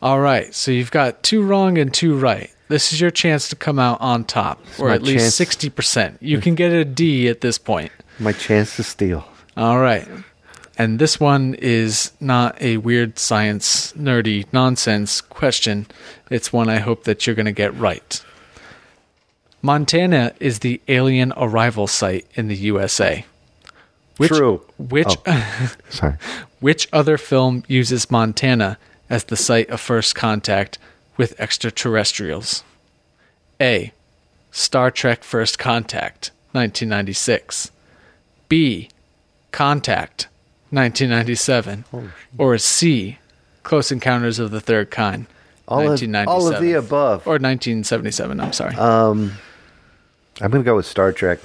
All right. So you've got two wrong and two right. This is your chance to come out on top, or
my
at least
chance.
60%. You can get a D at this point.
My chance to steal.
All right. And this one is not a weird science, nerdy, nonsense question. It's one I hope that you're going to get right. Montana is the alien arrival site in the USA. Which,
True. Oh.
Which (laughs)
Sorry.
which other film uses Montana as the site of first contact with extraterrestrials? A. Star Trek First Contact, 1996. B. Contact, 1997.
Oh,
or C. Close Encounters of the Third Kind,
All of-
1997.
all of the above. Uh,
Or 1977, I'm sorry.
I'm going to go with Star Trek.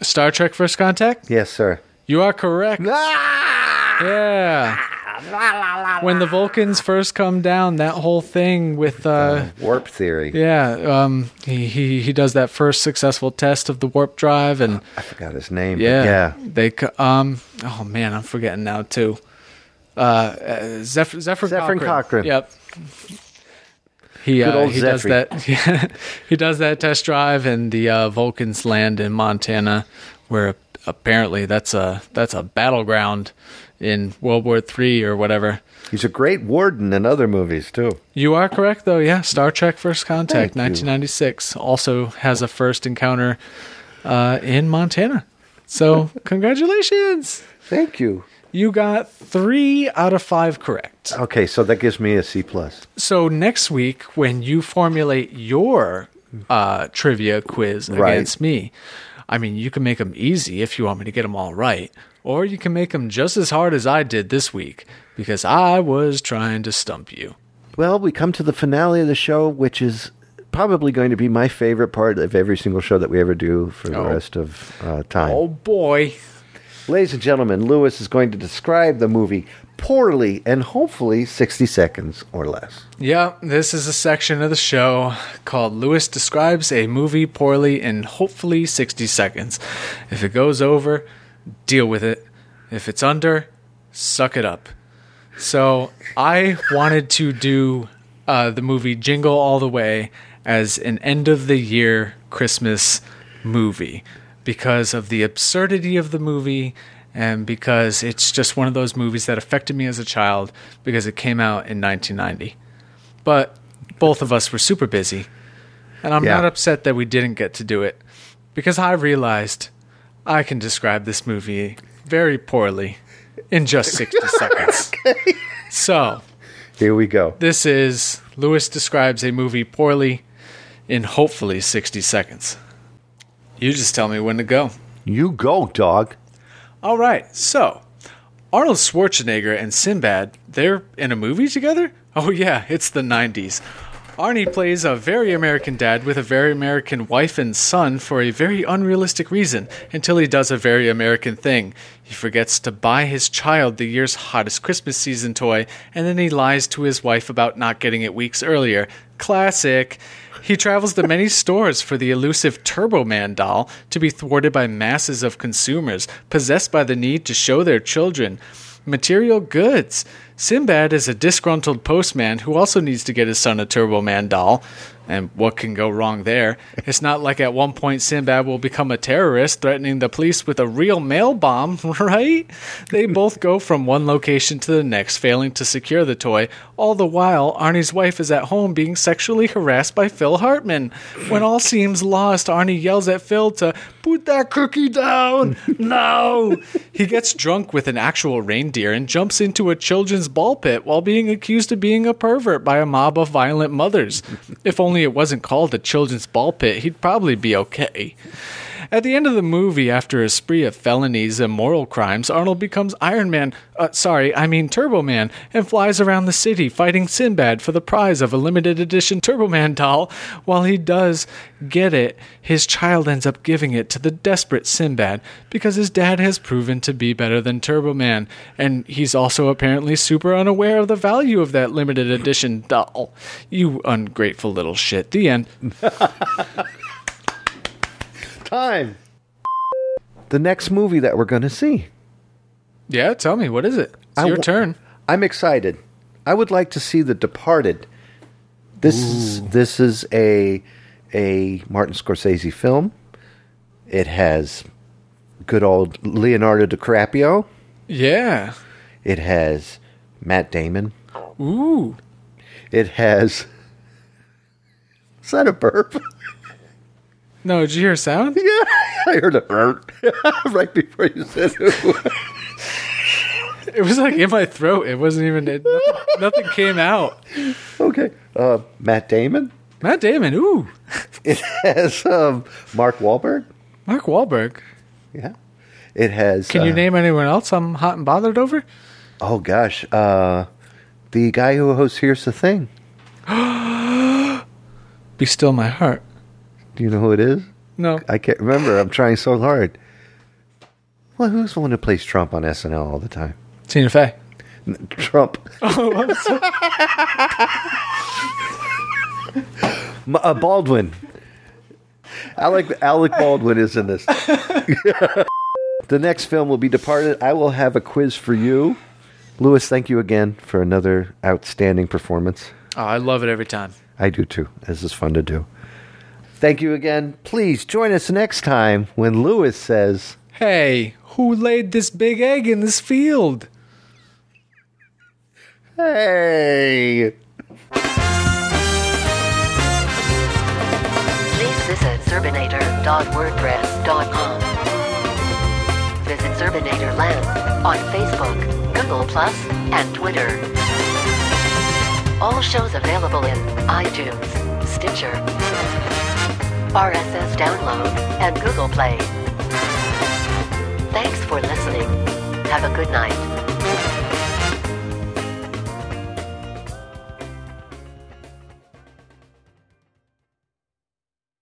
Star Trek First Contact?
Yes, sir.
You are correct.
Ah!
Yeah. When the Vulcans first come down, that whole thing with uh
Warp theory.
yeah, um he he, he does that first successful test of the warp drive and
I forgot his name. but
yeah.
Yeah.
They co- um oh man, I'm forgetting now too. Uh, uh Zeph- Zephyr
Zephyr
Cochrane.
Cochrane.
Yep. He
Good
uh,
old
he does
Zephyr.
that (laughs) he does that test drive and the uh, Vulcans land in Montana where apparently that's a that's a battleground in World War 3 or whatever.
He's a great warden in other movies, too.
You are correct, though. Yeah, Star Trek: First Contact,
Thank you.
1996, also has a first encounter uh, in Montana. So, congratulations!
Thank you.
You got three out of five correct.
Okay, so that gives me a C plus.
So next week, when you formulate your uh, trivia quiz
Right.
against me, I mean, you can make them easy if you want me to get them all right, or you can make them just as hard as I did this week because I was trying to stump you.
Well, we come to the finale of the show, which is probably going to be my favorite part of every single show that we ever do for the rest of uh, time.
Oh boy.
Ladies and gentlemen, Lewis is going to describe the movie poorly and hopefully 60 seconds or less.
Yeah, this is a section of the show called Lewis Describes a Movie Poorly in Hopefully 60 Seconds. If it goes over, deal with it. If it's under, suck it up. So I wanted to do uh, the movie Jingle All the Way as an end of the year Christmas movie because of the absurdity of the movie and because it's just one of those movies that affected me as a child because it came out in 1990 but both of us were super busy. And I'm
Yeah.
not upset that we didn't get to do it because I realized I can describe this movie very poorly in just 60 seconds. So,
Here we go.
this is Lewis describes a movie poorly in hopefully 60 seconds. You just tell me when to go.
You go, dog.
All right. So, Arnold Schwarzenegger and Sinbad, they're in a movie together? Oh, yeah, it's the 90s. Arnie plays a very American dad with a very American wife and son for a very unrealistic reason until he does a very American thing. He forgets to buy his child the year's hottest Christmas season toy, and then he lies to his wife about not getting it weeks earlier. Classic. He travels to many stores for the elusive Turbo Man doll to be thwarted by masses of consumers possessed by the need to show their children material goods. Sinbad is a disgruntled postman who also needs to get his son a Turbo Man doll. And what can go wrong there? It's not like at one point Sinbad will become a terrorist, threatening the police with a real mail bomb, (laughs) right? They both go from one location to the next, failing to secure the toy. All the while, Arnie's wife is at home being sexually harassed by Phil Hartman. When all seems lost, Arnie yells at Phil to put that cookie down. (laughs) No! he gets drunk with an actual reindeer and jumps into a children's ball pit while being accused of being a pervert by a mob of violent mothers. If only it wasn't called a children's ball pit, he'd probably be okay. At the end of the movie, after a spree of felonies and moral crimes, Arnold becomes Iron Man, uh, sorry, I mean Turbo Man, and flies around the city fighting Sinbad for the prize of a limited edition Turbo Man doll. While he does get it, his child ends up giving it to the desperate Sinbad because his dad has proven to be better than Turbo Man, and he's also apparently super unaware of the value of that limited edition doll. You ungrateful little shit. The end.
Time. The next movie that we're going to see.
Yeah, tell me, what is it? It's
I
your
wa-
turn.
I'm excited. I would like to see The Departed. This is this is a a Martin Scorsese film. It has good old Leonardo DiCaprio.
Yeah.
It has Matt Damon.
Ooh.
(laughs) It has. Is that a burp?
No, did you hear a sound?
(laughs) Yeah, (laughs) I heard a (laughs) right before you said it. (laughs)
It was like in my throat. It wasn't even. It,
(laughs)
nothing, nothing came out.
okay. Uh, Matt Damon (laughs)
Matt Damon. Ooh,
It has um, Mark Wahlberg.
Mark Wahlberg.
Yeah. It has.
Can you
uh,
name anyone else I'm hot and bothered over?
Oh gosh, uh, the guy who hosts Here's the Thing.
Be still my heart.
Do you know who it is?
No.
I can't remember. I'm trying so hard. Well, who's the one who plays Trump on SNL all the time?
Tina Fey.
Trump. M- uh, Baldwin. Alec Alec Baldwin is in this. the next film will be Departed. I will have a quiz for you, Lewis. Thank you again for another outstanding performance.
Oh, I love it every time.
I do too. This is fun to do. Thank you again. Please join us next time when Lewis says.
Hey, who laid this big egg in this field?
Hey.
Please visit Zerbinator.wordpress.com. Visit Zerbinator Land on Facebook, Google Plus, and Twitter. All shows available in iTunes, Stitcher, RSS download, and Google Play. Thanks for listening. Have a good night.